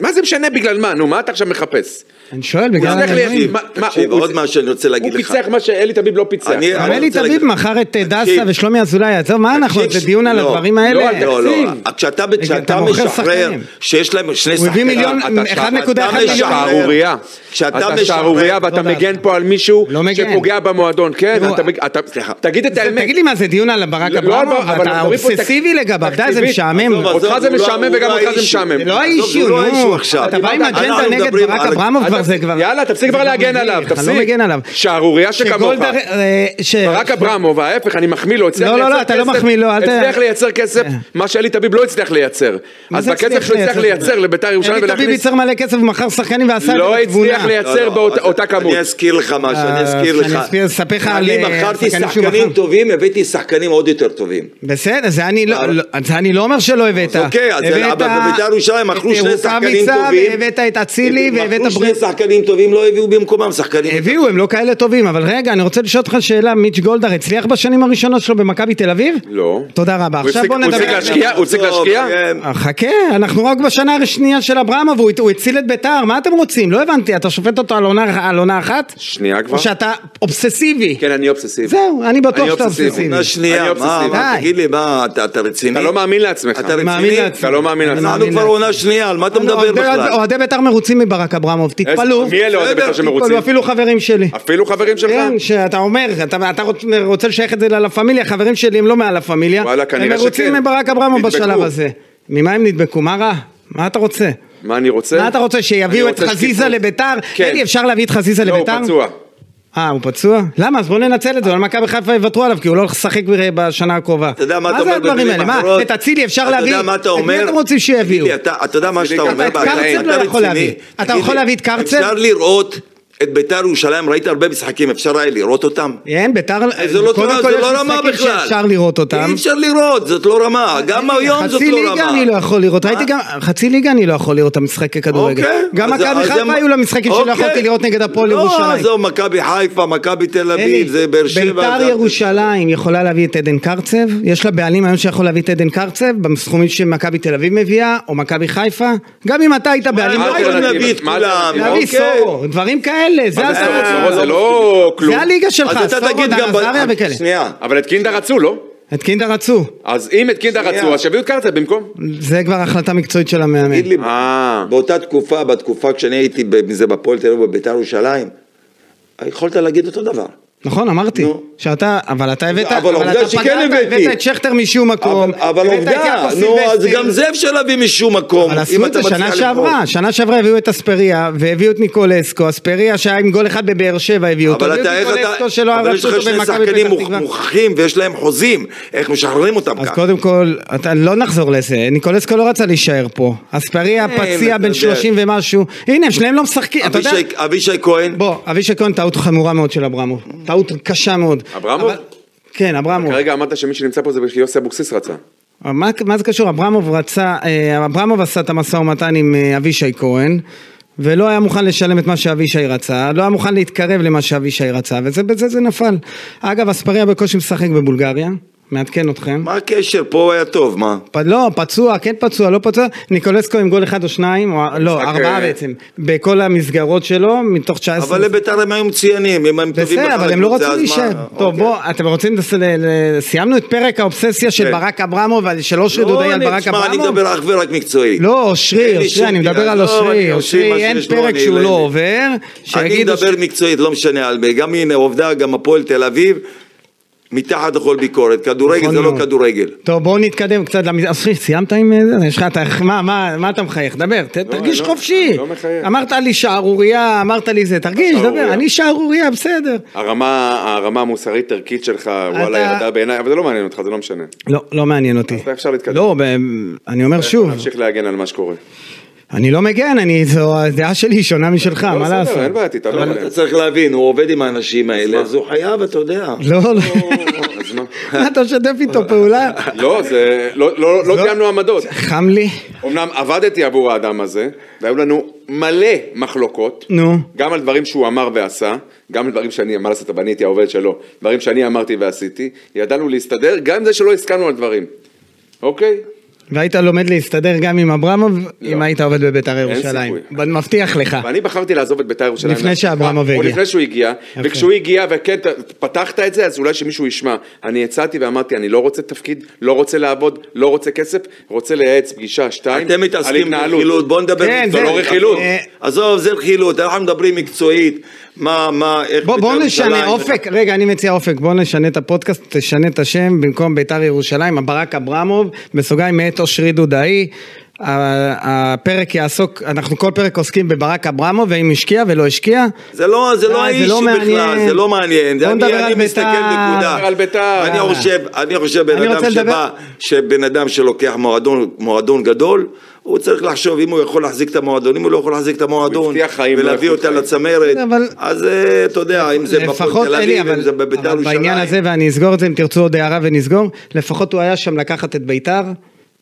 S3: מה זה משנה בגלל מה? נו, מה אתה עכשיו מחפש?
S2: אני שואל,
S3: הוא
S2: בגלל
S3: הצליח
S2: המנויים.
S3: לייצר... מה- מה,
S4: תקשיב,
S3: הוא-
S4: עוד
S3: הוא-
S4: מה שאני רוצה להגיד
S3: הוא
S4: לך.
S3: פיצח מה שאלי תביב לא פיצח.
S4: אני-
S2: אבל אלי
S4: רוצה להגיד
S2: תביב
S4: לך.
S2: מכר את אה, דסה
S4: תקשיב.
S2: ושלומי אזולאי, עזוב, מה אנחנו,
S4: תקשיב,
S2: כן, נכון, זה דיון על
S4: לא,
S2: הדברים
S4: לא,
S2: האלה?
S4: לא, לא,
S2: תקציב.
S4: כשאתה
S2: אתה
S4: כשאתה
S2: מוכר
S4: משחרר
S2: שחקנים.
S4: שיש להם שני
S2: הוא הביא
S4: שחקנים,
S2: מיליון,
S3: אתה
S2: 1.1
S3: ש-
S4: אתה
S3: אתה
S2: מיליון.
S4: משחרר.
S3: שערורייה.
S4: כשאתה
S3: אתה
S4: משחרר-
S3: שערורייה ואתה
S2: לא
S3: מגן
S2: דעת.
S3: פה על מישהו
S2: לא מגן.
S3: שפוגע במועדון. כן,
S2: תראו,
S3: אתה מג- אתה...
S4: סליחה.
S3: תגיד את
S2: זה-
S3: האמת.
S2: תגיד לי מה זה דיון על ברק
S3: לא,
S2: אברמוב,
S3: אבל- אבל
S2: אתה
S3: מדברים פה תק-
S2: אובססיבי לגביו, די זה
S3: תקציבית.
S2: משעמם.
S4: עזוב,
S3: אותך
S4: עזוב,
S3: זה
S4: הוא לא-
S3: משעמם
S4: הוא
S3: וגם
S4: לא
S3: אותך זה
S4: האישיו.
S3: משעמם.
S2: זה לא
S4: עזוב,
S2: האישיו,
S4: זה לא
S2: נו.
S4: האישיו, מדברים עכשיו.
S2: אתה בא עם אג'נדה
S4: אנחנו
S2: נגד
S4: מדברים
S2: ברק
S4: על-
S2: אברמוב כבר
S3: אתה-
S2: זה כבר...
S3: יאללה, תפסיק
S2: זה
S3: כבר להגן
S2: מגניב,
S3: עליו,
S2: אני לא
S3: תפסיק.
S2: מגן עליו.
S3: שערורייה שכמוך.
S2: שגולדהר, אה, ש-
S3: ברק אברמוב, ההפך, אני מחמיא לו, הצליח
S2: לא, לא,
S3: לייצר
S2: לא, אתה לא
S3: כסף,
S2: מחמיא לו, אל ת-
S3: הצליח לייצר כסף,
S2: אה.
S3: מה שאלי טביב לא הצליח לייצר.
S2: מה
S3: אז
S2: זה
S3: בכסף שהוא הצליח לייצר לביתר ירושלים
S2: אלי טביב
S3: ולהכניס...
S2: ייצר מלא כסף, מכר שחקנים ועשה את
S3: לא
S2: זה בתבונה.
S3: הצליח לייצר-
S4: לא, לא,
S3: באותה-
S4: אז
S3: אותה כמות.
S4: אני אזכיר לך משהו, אני אזכיר
S2: אה,
S4: לך.
S2: אני אספר- אספר לך על,
S4: אני
S2: אה,
S4: מכרתי
S2: שחקנים שהוא
S4: שחקנים
S2: מכר.
S4: טובים, הבאתי שחקנים עוד יותר טובים.
S2: בסדר, זה אני לא-
S4: אבל-
S2: לא- זה אני לא אומר שלא הבאת.
S4: אז אוקיי, אז
S2: הבאת
S4: אבל בבית"ר ירושלים אכלו
S2: את אה,
S4: שני שחקנים
S2: רוקאביצה,
S4: טובים.
S2: והבאת את אצילי, והבאת
S4: מכרו שני
S2: ברית.
S4: שחקנים טובים, לא הביאו במקומם שחקנים.
S2: הביאו, הם לא כאלה טובים, אבל רגע, אני רוצה לשאול אותך שאלה, מיץ' גולדהר הצליח בשנים הראשונות שלו במכבי תל אביב?
S3: לא.
S2: תודה רבה.
S3: הוא
S2: עכשיו
S3: הפסיק-
S2: בוא
S3: הוא
S2: נדבר...
S3: הפסיק
S2: על-
S3: להשקיע? הוא צריך להשקיע?
S4: כן.
S2: אה, חכה, אנחנו רק בשנה השנייה של אברמוב, הוא הוא הציל את ביתר, מה אתם רוצים? לא הבנתי, אתה שופט אותו על עונה- על עונה אחת?
S3: שנייה כבר.
S2: או שאתה אובססיבי?
S3: כן, אני אובססיבי.
S2: זהו, אני בטוח
S3: אני
S2: שאתה
S3: אובססיבי.
S2: אובססיבי.
S4: עונה שנייה,
S3: אני
S4: מה,
S3: אובססיבי.
S4: מה,
S2: די.
S4: תגיד לי, מה, אתה אתה רציני?
S3: אתה לא מאמין לעצמך.
S4: אתה רציני?
S2: מאמין לעצמך.
S3: אתה לא מאמין
S2: אני
S3: לעצמך.
S4: אנחנו
S2: מאמין
S4: כבר
S2: לעצמך.
S4: עונה שנייה, על מה אתה מדבר
S2: לא, אוהדי-
S4: בכלל?
S2: אוהדי בית"ר מרוצים מברק אברמוב, תתפלאו.
S3: מי אלה אוהדי
S4: בסדר,
S3: בית"ר שמרוצים?
S2: תתפלאו, אפילו חברים שלי.
S3: אפילו חברים שלך?
S2: כן, שאתה אומר, אתה, אתה רוצ- רוצה לשייך את זה ללה פמיליה, חברים שלי הם לא מהלה פמיליה.
S3: וואלה, כנראה
S2: הם מרוצים
S3: שכן.
S2: מברק אברמוב
S3: נדבקו.
S2: בשלב הזה. ממה הם נדבקו? מה רע? מה אתה רוצה?
S3: מה אני רוצה?
S2: מה אתה רוצה, שיביאו
S3: אני
S2: את
S3: רוצה
S2: חזיזה
S3: שקיפות.
S2: לביתר?
S3: כן.
S2: אלי, אפשר להביא את חזיזה
S3: לא, הוא
S2: לביתר?
S3: פצוע.
S2: אה, הוא פצוע? למה? אז בואו ננצל את זה, אבל מכבי חיפה יוותרו עליו, כי הוא לא הולך לשחק בשנה הקרובה.
S4: אתה יודע מה אתה
S2: זה
S4: אומר
S2: הדברים האלה? מה,
S4: אחרות?
S2: את אצילי אפשר
S4: אתה
S2: להביא?
S4: יודע מה אתה אומר?
S2: את מי אתם רוצים שיביאו?
S4: תגיד לי, אתה אתה יודע מה שאתה
S3: גם
S4: אומר?
S3: את
S4: בהגנה?
S2: קרצב לא
S4: אתה
S2: יכול
S4: רציני?
S2: להביא. אתה
S4: תגיד
S2: יכול
S4: לי,
S2: להביא את קרצב?
S4: אפשר לראות את ביתר ירושלים, ראית הרבה משחקים, אפשר היה לראות אותם?
S2: אין, ביתר...
S4: זה לא
S2: אה, קודם
S4: תורה,
S2: כל
S4: זה
S2: יש
S4: לא רמה
S2: משחקים
S4: בכלל.
S2: שאפשר לראות אותם. אה,
S4: אי אפשר לראות, זאת לא רמה. גם היום זאת לא רמה.
S2: חצי ליגה אני לא יכול לראות, ראיתי גם, חצי ליגה אני לא יכול לראות את המשחקי כדורגל.
S4: אוקיי.
S2: גם
S4: אז-
S2: מכבי
S4: אז זה-
S2: חיפה היו לה משחקים שלא
S4: אוקיי.
S2: יכולתי לראות נגד הפועל ירושלים.
S4: לא, עזוב, מכבי חיפה, מכבי תל
S2: אלי,
S4: אביב, זה באר שבע.
S2: ביתר
S4: זה-
S2: ירושלים יכולה להביא את עדן קרצב, יש לה בעלים היום שיכול להביא את עדן קרצב, בסכומים שמכבי תל אביב מביאה, או מכבי חיפה, גם אם אתה היית בעלים,
S4: מה
S2: לא
S3: אתה
S2: היית
S4: היום
S3: האלטרנטיבה?
S4: נביא את
S3: מה
S4: כולם?
S3: האלטרנטיבה?
S2: להביא
S4: אוקיי. אה,
S2: סורו, דברים כאלה, זה
S3: מה זה
S2: הסורו.
S3: סורו? סורו זה לא כלום.
S2: זה הליגה שלך,
S4: אז אתה
S2: סורו,
S4: תגיד
S2: דן
S4: גם...
S2: עזריה וכאלה. כן.
S4: שנייה.
S3: אבל את קינדה רצו, לא?
S2: את קינדה רצו,
S3: אז אם את קינדה
S4: שנייה.
S3: רצו, אז שיביאו את קרצב במקום.
S2: זה כבר החלטה מקצועית של המאמן.
S4: תגיד לי,
S3: אה.
S4: באותה תקופה, בתקופה כשאני הייתי, ב- אם זה בפועל תל אביב או בביתר ירושלים, יכולת להגיד אותו דבר.
S2: נכון, אמרתי,
S4: נו.
S2: שאתה, אבל אתה הבאת,
S4: אבל עובדה
S2: אתה
S4: שכן
S2: פגעת,
S4: הבאתי.
S2: הבאת את שכטר משום מקום,
S4: אבל אבל
S2: הבאת את
S4: עובדה,
S2: יעקב
S4: נו, אז
S2: סילבסטר.
S4: גם זה אפשר להביא משום מקום.
S2: אבל
S4: אם
S2: עשו את
S4: אתה
S2: זה שנה
S4: מצליח
S2: שעברה,
S4: לבחור.
S2: שנה שעברה הביאו את אספריה, והביאו את ניקולסקו, אספריה שהיה עם גול אחד בבאר שבע הביאו אותו,
S4: אבל
S2: והביאו
S4: אתה,
S2: את
S4: איך
S2: ניקולסקו
S4: אתה,
S2: שלא
S4: אבל יש
S2: הרסו
S4: לך
S2: אותו במכבי
S4: שני שחקנים
S2: פתח תקווה.
S4: מוכחים ויש להם חוזים, איך משחררים אותם
S2: אז
S4: ככה?
S2: קודם כל, אתה לא נחזור לזה, ניקולסקו לא רצה להישאר פה, אספריה
S4: אין,
S2: פציע
S4: אה, אתה
S2: בן
S4: יודע.
S2: 30 ומשהו, הנה הם שניהם לא משחקים, אתה יודע,
S4: אבישי- אבישי כהן,
S2: בוא, אבישי כהן טעות חמורה מאוד של אברמוב, טעות קשה מאוד.
S3: אברמוב?
S2: אבל- כן, אברמוב.
S3: כרגע אמרת שמי שנמצא פה זה בשביל יוסי אבוקסיס רצה.
S2: מה, מה זה קשור? אברמוב רצה, אה, אברמוב עשה את המשא ומתן עם אה, אבישי כהן, ולא היה מוכן לשלם את מה שאבישי רצה, לא היה מוכן להתקרב למה שאבישי רצה, ובזה זה נפל. אגב, אספריה בקושי משחק בבולגריה, מעדכן אתכם.
S4: מה הקשר? פה היה טוב, מה?
S2: פ- לא, פצוע, כן פצוע, לא פצוע, ניקולסקו עם גול אחד או שניים, או, לא,
S3: משחק,
S2: ארבעה
S3: אה,
S2: בעצם, בכל המסגרות שלו, מתוך 19.
S4: אבל לביתר הם היו מצוינים, אם הם טובים
S2: בסדר,
S4: בחלק
S2: אבל הם לא
S4: מזה,
S2: רצו
S4: אז מה?
S2: להישאר. טוב,
S4: אוקיי.
S2: בוא, אתם רוצים, לס- ל- ל- סיימנו את פרק האובססיה של
S3: כן.
S2: ברק אברמוב, על- של אושרי
S4: לא,
S2: דודאי על
S4: אני-
S2: ברק
S4: תשמע,
S2: אברמוב?
S4: אני מדבר אך ורק מקצועית.
S2: לא, אושרי,
S4: אין לי שום
S2: אושרי, אני מדבר
S4: דעה.
S2: על
S4: לא,
S2: אושרי,
S4: אני עושה מה
S2: אושרי, אין
S4: שיש לו,
S2: פרק
S4: אני
S2: שהוא
S4: לא-
S2: לא עובר,
S4: אני
S2: שיגיד...
S4: מדבר מקצועית, לא משנה על מי. גם הנה, עובדה, גם הפועל תל אביב, מתחת לכל ביקורת. כדורגל
S2: נכון
S4: זה לא
S2: מאוד.
S4: כדורגל.
S2: טוב, בואו נתקדם קצת למז... אושרי, סיימת עם אה, זה? יש לך, אתה... מה, מה, מה אתה מחייך? דבר, ת, תרגיש
S3: לא-
S2: חופשי.
S3: לא מחייך.
S2: אמרת לי שערורייה, אמרת לי זה, תרגיש, דבר,
S3: שערורייה.
S2: אני שערורייה, בסדר.
S3: הרמה הרמה המוסרית ערכית שלך, וואלה, ירדה בעיניי, אבל זה לא מעניין אותך, זה לא משנה.
S2: לא, לא מעניין אותי.
S3: אז אפשר להתקדם. אה,
S2: לא, ב... אני אומר שוב,
S3: תמשיך להגן על מה שקורה.
S2: אני לא מגן, אני, זו הדעה שלי היא שונה משלך,
S3: אה, לא,
S2: מה
S3: בסדר,
S2: לעשות?
S3: אין בעיה, תתעלם
S4: אבל
S3: עליהם.
S4: אתה צריך להבין, הוא עובד עם האנשים האלה, אז הוא חייב, אתה יודע.
S2: לא, לא.
S3: אז מה?
S2: מה, אתה משתף איתו פעולה?
S3: לא, זה... לא- לא לא קיימנו עמדות.
S2: חם לי.
S3: אמנם עבדתי עבור האדם הזה, והיו לנו מלא מחלוקות.
S2: נו.
S3: גם על דברים שהוא אמר ועשה, גם על דברים שאני, מה לעשות, אבל אני הייתי העובד שלו, דברים שאני אמרתי ועשיתי, ידענו להסתדר, גם עם זה שלא הסכמנו על דברים. אוקיי?
S2: והיית לומד להסתדר גם עם אברמוב, אם היית עובד בביתר ירושלים.
S3: סיכוי.
S2: אני מבטיח לך.
S3: ואני בחרתי לעזוב את בית"ר ירושלים. אה,
S2: לפני שאברמוב
S3: או
S2: הגיע.
S3: לפני שהוא הגיע, וכשהוא הגיע וכן ת- פתחת את זה, אז אולי שמישהו ישמע. אני הצעתי ואמרתי, אני לא רוצה תפקיד, לא רוצה לעבוד, לא רוצה כסף, רוצה לייעץ פגישה, שתיים,
S4: אתם מתעסקים כאילו ברכילות, בואו נדבר
S2: כן,
S4: מקצועית.
S2: זה-
S3: לא רכילות.
S2: אה,
S4: עזוב, זה רכילות, אנחנו מדברים מקצועית, מה, מה, איך...
S2: בוא, בוא
S4: בית"ר
S2: נשנה
S4: ירושלים-
S2: אופק, רגע אני מציע אופק, בוא נשנה את הפודקאסט, תשנה את השם במקום ביתר ירושלים, ברק אברמוב, בסוגריים מאת אושרי דודאי, ה- הפרק יעסוק, אנחנו כל פרק עוסקים בברק אברמוב, האם השקיע ולא השקיע.
S4: זה לא, זה לא
S2: אה, זה
S4: האישי
S2: לא
S4: בכלל,
S2: מעניין.
S4: זה לא מעניין.
S2: בוא
S4: אני-
S2: נדבר על
S4: אני מסתכל
S2: בית"ר.
S4: נקודה.
S3: נדבר על בית"ר.
S4: אני
S3: יאללה.
S4: חושב, אני חושב בן
S2: אני רוצה
S4: אדם
S2: לדבר-
S4: שבא, שבן אדם שלוקח מועדון, מועדון גדול, הוא צריך לחשוב אם הוא יכול להחזיק את המועדון, אם הוא לא יכול להחזיק את המועדון,
S3: הבטיח חיים
S4: ולהביא
S3: ואיכות
S4: אותה
S3: חיים.
S4: לצמרת,
S2: כן, אבל-
S4: אז אה, אתה יודע, אם זה
S2: לפחות
S4: בפועל תל
S2: אלי,
S4: אביב, אם
S2: אבל,
S4: זה בבית"ר
S2: אבל
S4: ירושלים.
S2: בעניין הזה, ואני אסגור את זה אם תרצו עוד הערה ונסגור, לפחות הוא היה שם לקחת את ביתר,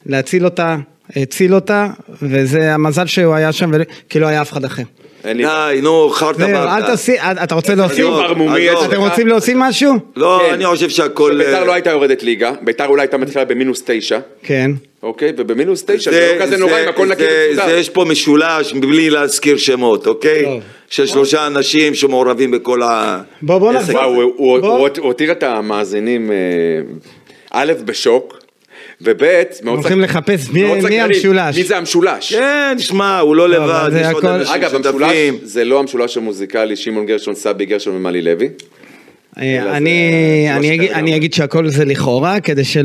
S2: להציל אותה, הציל אותה, וזה המזל שהוא היה שם, ול- כי לא היה אף אחד אחר.
S3: אין לי...
S4: די, נו, חרטה
S2: זהו, אל
S4: ברטה.
S2: תעשי, אה, אתה רוצה להוסיף?
S4: דיון ערמומי יש
S2: אתם
S3: לך?
S2: רוצים להוסיף משהו?
S4: לא,
S3: כן.
S4: אני חושב שהכל...
S3: ביתר
S4: אה,
S3: לא הייתה יורדת ליגה, ביתר אולי הייתה מתחילה במינוס תשע,
S2: כן.
S3: אוקיי? ובמינוס תשע זה לא כזה נורא אם הכל נקי
S4: זה-
S3: ומסודר.
S4: זה יש פה משולש מבלי להזכיר שמות, אוקיי?
S2: טוב.
S4: של שלושה אנשים שמעורבים בכל ה...
S2: בוא- בוא
S4: עסק.
S2: נחזור.
S3: וואו, הוא- הוא
S2: בוא.
S3: הוא הות- הוא הותיר את המאזינים, אה, א', בשוק, וב', מאוד
S2: הולכים
S3: סק-
S2: לחפש מי-
S3: מאוד
S2: מי
S3: סקרנים.
S2: המשולש.
S3: מי זה המשולש?
S4: כן, שמע, הוא לא לבד,
S2: אבל זה
S4: יש עוד
S2: הכל-
S4: אנשים
S3: אגב, המשולש
S4: שותפים.
S3: זה לא המשולש המוזיקלי, שמעון גרשון, סבי גרשון ומלי לוי.
S2: אה,
S3: אלא
S2: אני,
S3: זה- זה
S2: אני,
S3: לא
S2: אגיד,
S3: שקר
S2: אני
S3: לגמרי.
S2: אגיד שהכל זה לכאורה, כדי שלא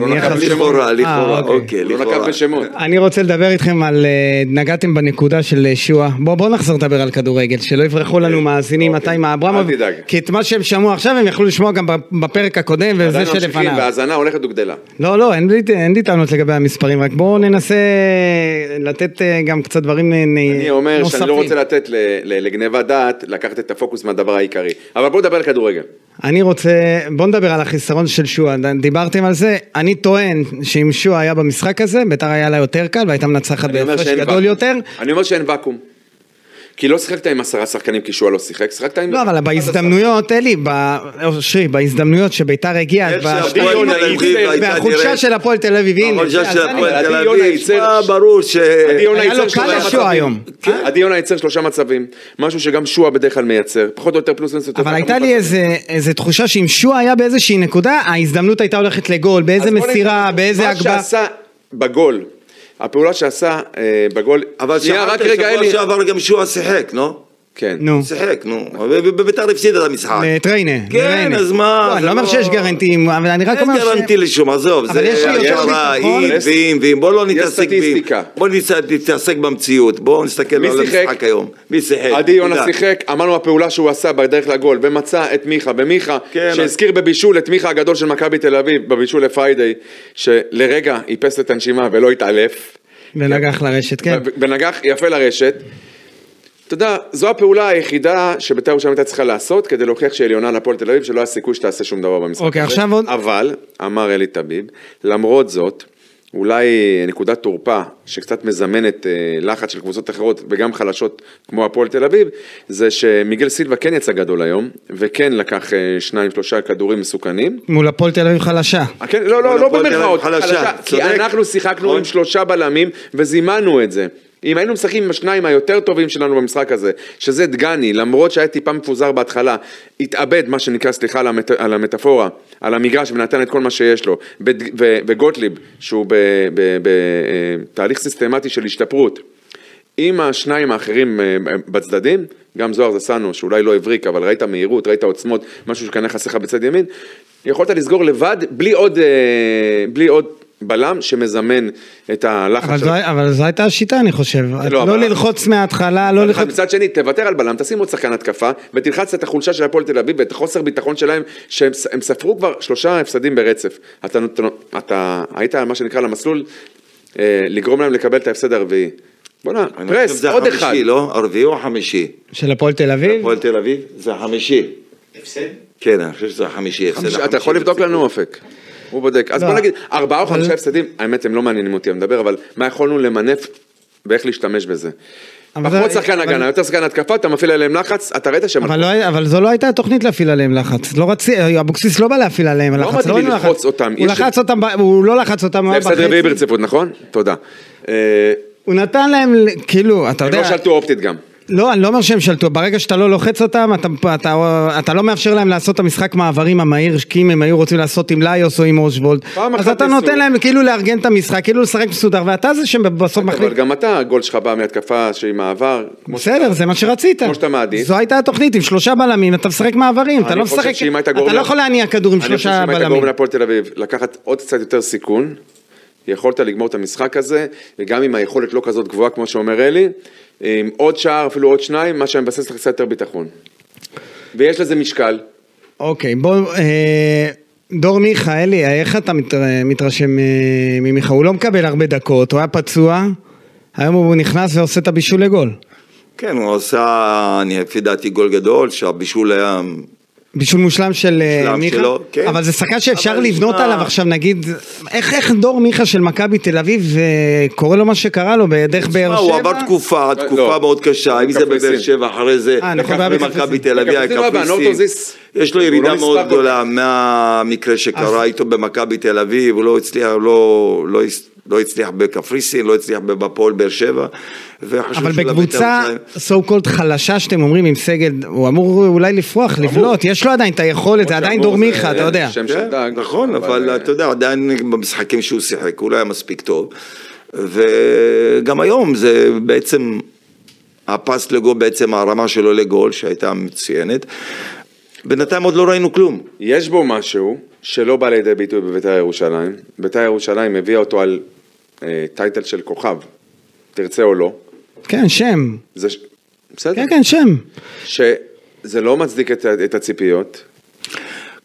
S3: לא
S2: נהיה
S3: נקב
S2: חס-
S3: בשמות.
S4: נכון, לכאורה,
S2: אה,
S4: לכאורה,
S2: אוקיי.
S4: אוקיי,
S3: לא
S4: לכאורה.
S3: נקב בשמות.
S2: אני רוצה לדבר איתכם על, אה, נגעתם בנקודה של אה, שועה. בואו בוא נחזור לדבר על כדורגל, שלא יברחו לנו מאזינים
S3: אוקיי.
S2: מתי עם האברמוב.
S3: אל תדאג.
S2: כי את מה שהם שמעו עכשיו הם יכלו לשמוע גם בפרק הקודם וזה
S3: עדיין ממשיכים,
S2: שלפניו.
S3: וההאזנה הולכת וגדלה.
S2: לא, לא, אין לי, אין לי טענות לגבי המספרים, רק בואו ננסה לתת אה, גם קצת דברים אה, נוספים.
S3: אני אומר שאני לא רוצה לתת ל- ל- לגניבת דעת לקחת את הפוקוס מהדבר העיקרי. אבל בואו נדבר על כדורגל.
S2: אני רוצה, בוא נדבר על החיסרון של שועה, דיברתם על זה, אני טוען שאם שועה היה במשחק הזה, ביתר היה לה יותר קל והייתה מנצחת
S3: אני אומר
S2: בהפרש
S3: שאין
S2: גדול
S3: ואקום.
S2: יותר.
S3: אני אומר שאין ואקום. כי לא שיחקת עם עשרה שחקנים כי שועה לא שיחק, שיחקת עם...
S2: לא, אבל בהזדמנויות, אלי, ב- אושרי, בהזדמנויות שביתר הגיעה,
S4: איך
S2: ב-
S4: שהפועל
S3: בדיון
S4: תל אביב
S3: הייתי-
S4: הייתה
S2: והחולשה
S4: נראית-
S2: של הפועל תל אביב, הנה,
S4: החולשה
S2: אז
S4: של
S2: אני-
S4: הפועל
S3: עדי
S4: תל
S3: יונה
S4: אביב,
S3: ייצר-
S4: שמע, ברור ש...
S3: עדי יונה
S2: היה לו
S3: ייצר
S2: קל
S3: שלושה
S2: לשועה
S3: מצבים.
S2: היום. אה?
S3: כן, עדי יונה ייצר שלושה מצבים, משהו שגם שועה בדרך כלל מייצר, פחות או יותר פלוס מינוס. יותר
S2: אבל
S3: ככה
S2: הייתה לי
S3: מצבים.
S2: איזה, איזה תחושה שאם שועה היה באיזושהי נקודה, ההזדמנות הייתה הולכת לגול, באיזה
S3: אז בוא
S2: מסירה,
S3: נגיד,
S2: באיזה
S3: מה
S2: הגבה.
S3: שעשה בגול, הפעולה שעשה אה, בגול,
S4: אבל שמעת, שבוע שעבר גם שועה שיחק, נו?
S3: כן.
S2: נו.
S4: שיחק, נו. בביתר הפסידה את המשחק.
S2: לטריינה.
S4: כן,
S2: לריינה.
S4: אז מה,
S2: לא, אני
S4: זה
S2: לא אומר
S4: לא-
S2: שיש גרנטים, אבל אני רק
S4: אין
S2: אומר ש...
S4: גרנטי לשום, עזוב,
S2: אבל
S4: זה
S2: יש לי יותר
S4: הגדרה,
S2: ביטחון.
S4: אם
S3: יש-
S4: ואם ואם, בואו לא
S3: יש
S4: נתעסק ואם,
S3: סטטיסטיקה.
S4: בואו נתעסק במציאות, בואו נסתכל
S3: מי
S4: על
S3: שיחק?
S4: המשחק לא היום, מי שיחק,
S3: עדי יונה
S4: תדע.
S3: שיחק, אמרנו הפעולה שהוא עשה בדרך לגול, ומצא את מיכה, ומיכה,
S4: כן.
S3: שהזכיר בבישול את מיכה הגדול של מכבי תל אביב, בבישול לפריידי, שלרגע איפס את הנשימה ולא התעלף,
S2: ונגח לרשת, כן.
S3: ו- ונגח יפה לרשת. אתה יודע, זו הפעולה היחידה שבית"ר ירושלים הייתה צריכה לעשות כדי להוכיח שהיא עליונה על הפועל תל אביב, שלא היה סיכוי שתעשה שום דבר במשחק
S2: אוקיי,
S3: הזה.
S2: עכשיו עוד-
S3: אבל, אמר אלי טביב, למרות זאת, אולי נקודת תורפה שקצת מזמנת אה, לחץ של קבוצות אחרות וגם חלשות כמו הפועל תל אביב, זה שמיגל סילבה כן יצא גדול היום, וכן לקח אה, שניים שלושה כדורים מסוכנים.
S2: מול הפועל תל אביב חלשה.
S3: אה, כן, לא, לא,
S4: מונופול
S3: לא
S4: תל אביב
S3: במרכאות,
S4: חלשה,
S3: חלשה, כי
S4: צודק.
S3: אנחנו שיחקנו
S4: נכון.
S3: עם שלושה בלמים וזימנו את זה. אם היינו משחקים עם השניים היותר טובים שלנו במשחק הזה, שזה דגני, למרות שהיה טיפה מפוזר בהתחלה, התאבד, מה שנקרא, סליחה על, המט... על המטאפורה, על המגרש ונתן את כל מה שיש לו, בד... ו... וגוטליב, שהוא בתהליך אה, סיסטמטי של השתפרות. עם השניים האחרים אה, אה, בצדדים, גם זוהר זסנו, שאולי לא הבריק, אבל ראית מהירות, ראית עוצמות, משהו שכנראה חסר לך בצד ימין, יכולת לסגור לבד בלי עוד, אה, בלי עוד בלם שמזמן את
S2: אבל
S3: הלחץ שלו.
S2: זו- אבל זו הייתה השיטה, אני חושב. לא
S3: אבל-
S2: ללחוץ מההתחלה, לא
S3: אבל
S2: ללחוץ...
S3: מצד שני, תוותר על בלם, תשים עוד שחקן התקפה, ותלחץ את החולשה של הפועל תל אביב ואת החוסר ביטחון שלהם, שהם ס- הם ספרו כבר שלושה הפסדים ברצף. אתה, נות- אתה היית, מה שנקרא, למסלול, אה, לגרום להם לקבל את ההפסד הרביעי. בוא'נה,
S4: אני חושב
S3: פרס,
S4: שזה
S3: עוד
S4: החמישי,
S3: אחד.
S4: לא? הרביעי או החמישי?
S2: של הפועל תל אביב?
S4: הפועל תל אביב? זה החמישי.
S5: הפסד?
S4: כן, אני חושב שזה החמישי. הפסד
S3: חמישה- אתה
S4: החמישי
S3: יכול לבדוק
S4: ברציפות.
S3: לנו אופק. הוא בודק. אז
S2: לא.
S3: בוא נגיד, ארבעה או
S2: אבל-
S3: חמישה הפסדים, האמת הם לא מעניינים אותי, אני מדבר, אבל מה יכולנו למנף ואיך להשתמש בזה.
S2: אבל זה-
S3: פחות שחקן
S2: אבל-
S3: הגנה, יותר שחקן התקפה, אתה מפעיל עליהם לחץ, אתה ראית שהם...
S2: אבל, לא, היה- אבל זו לא הייתה התוכנית להפעיל עליהם לחץ, לא רצי, אבוקסיס לא בא להפעיל עליהם לחץ,
S3: אמרתי לי
S2: היינו
S3: ללחוץ אותם,
S2: הוא
S3: יש-
S2: לחץ אותם, ב- הוא לא לחץ אותם, הוא היה
S3: זה הפסד רביעי
S2: בחצי,
S3: ברציפות, נכון? תודה. אה,
S2: הוא נתן להם, ל- כאילו, אתה
S3: הם
S2: יודע,
S3: לא שלטו אופטית גם.
S2: לא, אני לא אומר שהם שלטו, ברגע שאתה לא לוחץ אותם, אתה, אתה, אתה לא מאפשר להם לעשות את המשחק מעברים המהיר, כי אם הם היו רוצים לעשות עם ליוס או עם אושוולד,
S3: פעם
S2: אז
S3: אחת
S2: אתה
S3: ניסו.
S2: נותן להם כאילו לארגן את המשחק, כאילו לשחק מסודר, ואתה זה שבסוף מחליט,
S3: אבל גם אתה, הגול שלך בא מהתקפה שהיא מעבר. כמו ש-
S2: בסדר, זה מה שרצית.
S3: כמו שאתה מעדיף.
S2: זו הייתה התוכנית, עם שלושה בלמים, אתה משחק מעברים, אתה
S3: אני
S2: לא
S3: חושב
S2: משחק,
S3: שאם היית גורם
S2: אתה לא
S3: לה-
S2: יכול להניע כדור עם
S3: אני חושב
S2: שלושה
S3: שאם היית
S2: בלמים.
S3: גורם להפועל תל אביב לקחת עוד קצת יותר סיכון, יכולת לגמור את המשחק הזה, וגם אם היכולת לא כזאת גבוהה כמו שאומר אלי, עם עוד שער, אפילו עוד שניים, מה שמבסס לך קצת יותר ביטחון. ויש לזה משקל.
S2: אוקיי, בוא... אה, דור מיכאלי, איך אתה מת, מתרשם אה, ממיכה? הוא לא מקבל הרבה דקות, הוא היה פצוע, היום הוא נכנס ועושה את הבישול לגול.
S4: כן, הוא עשה, אני לפי דעתי, גול גדול, שהבישול היה...
S2: בישול מושלם של אה,
S4: מושלם
S2: מיכה,
S4: שלו, כן.
S2: אבל זה שחקן שאפשר
S4: אבל
S2: לבנות
S4: שמע-
S2: עליו עכשיו נגיד, איך, איך דור מיכה של מכבי תל אביב אה, קורה לו מה שקרה לו בדרך באר
S4: מה,
S2: שבע?
S4: הוא עבר תקופה, תקופה
S3: לא.
S4: מאוד קשה, אם זה
S3: בקפריסין.
S4: בבאר שבע, אחרי זה,
S2: אה, נכון,
S4: אחרי
S2: הוא היה
S4: מכבי
S2: בקפריסין.
S4: תל אביב, היה
S3: בקפריסין הוא היה
S4: קפריסין,
S3: באנורטוזיס.
S4: יש
S3: הוא
S4: לו
S3: לא
S4: ירידה
S3: נספר
S4: מאוד
S3: כל
S4: גדולה מהמקרה שקרה איתו במכבי תל אביב, הוא לא הצליח, לא- לא הס- לא הצליח בקפריסין, לא הצליח בפועל באר שבע, וחשוב
S2: אבל
S4: שהוא לבית"ר
S2: בקבוצה
S4: ירושלים.
S2: so called חלשה שאתם אומרים עם סגל, הוא אמור אולי לפרוח, לבלוט, יש לו עדיין את היכולת, זה עדיין דור
S3: שאמור, זה-
S2: מיכה, אה, אתה יודע.
S3: שם
S4: כן,
S3: של דג.
S4: נכון, אבל
S3: אה,
S4: אתה יודע, עדיין במשחקים שהוא שיחק, הוא לא היה מספיק טוב. וגם היום זה בעצם, הפס לגול, בעצם הרמה שלו לגול, שהייתה מצוינת. בינתיים עוד לא ראינו כלום.
S3: יש בו משהו שלא בא לידי ביטוי בבית"ר ירושלים. בית"ר ירושלים הביאה אותו על אה, טייטל של כוכב, תרצה או לא.
S2: כן, שם.
S3: זה ש... בסדר.
S2: כן, כן, שם.
S3: שזה לא מצדיק את, ה- את הציפיות.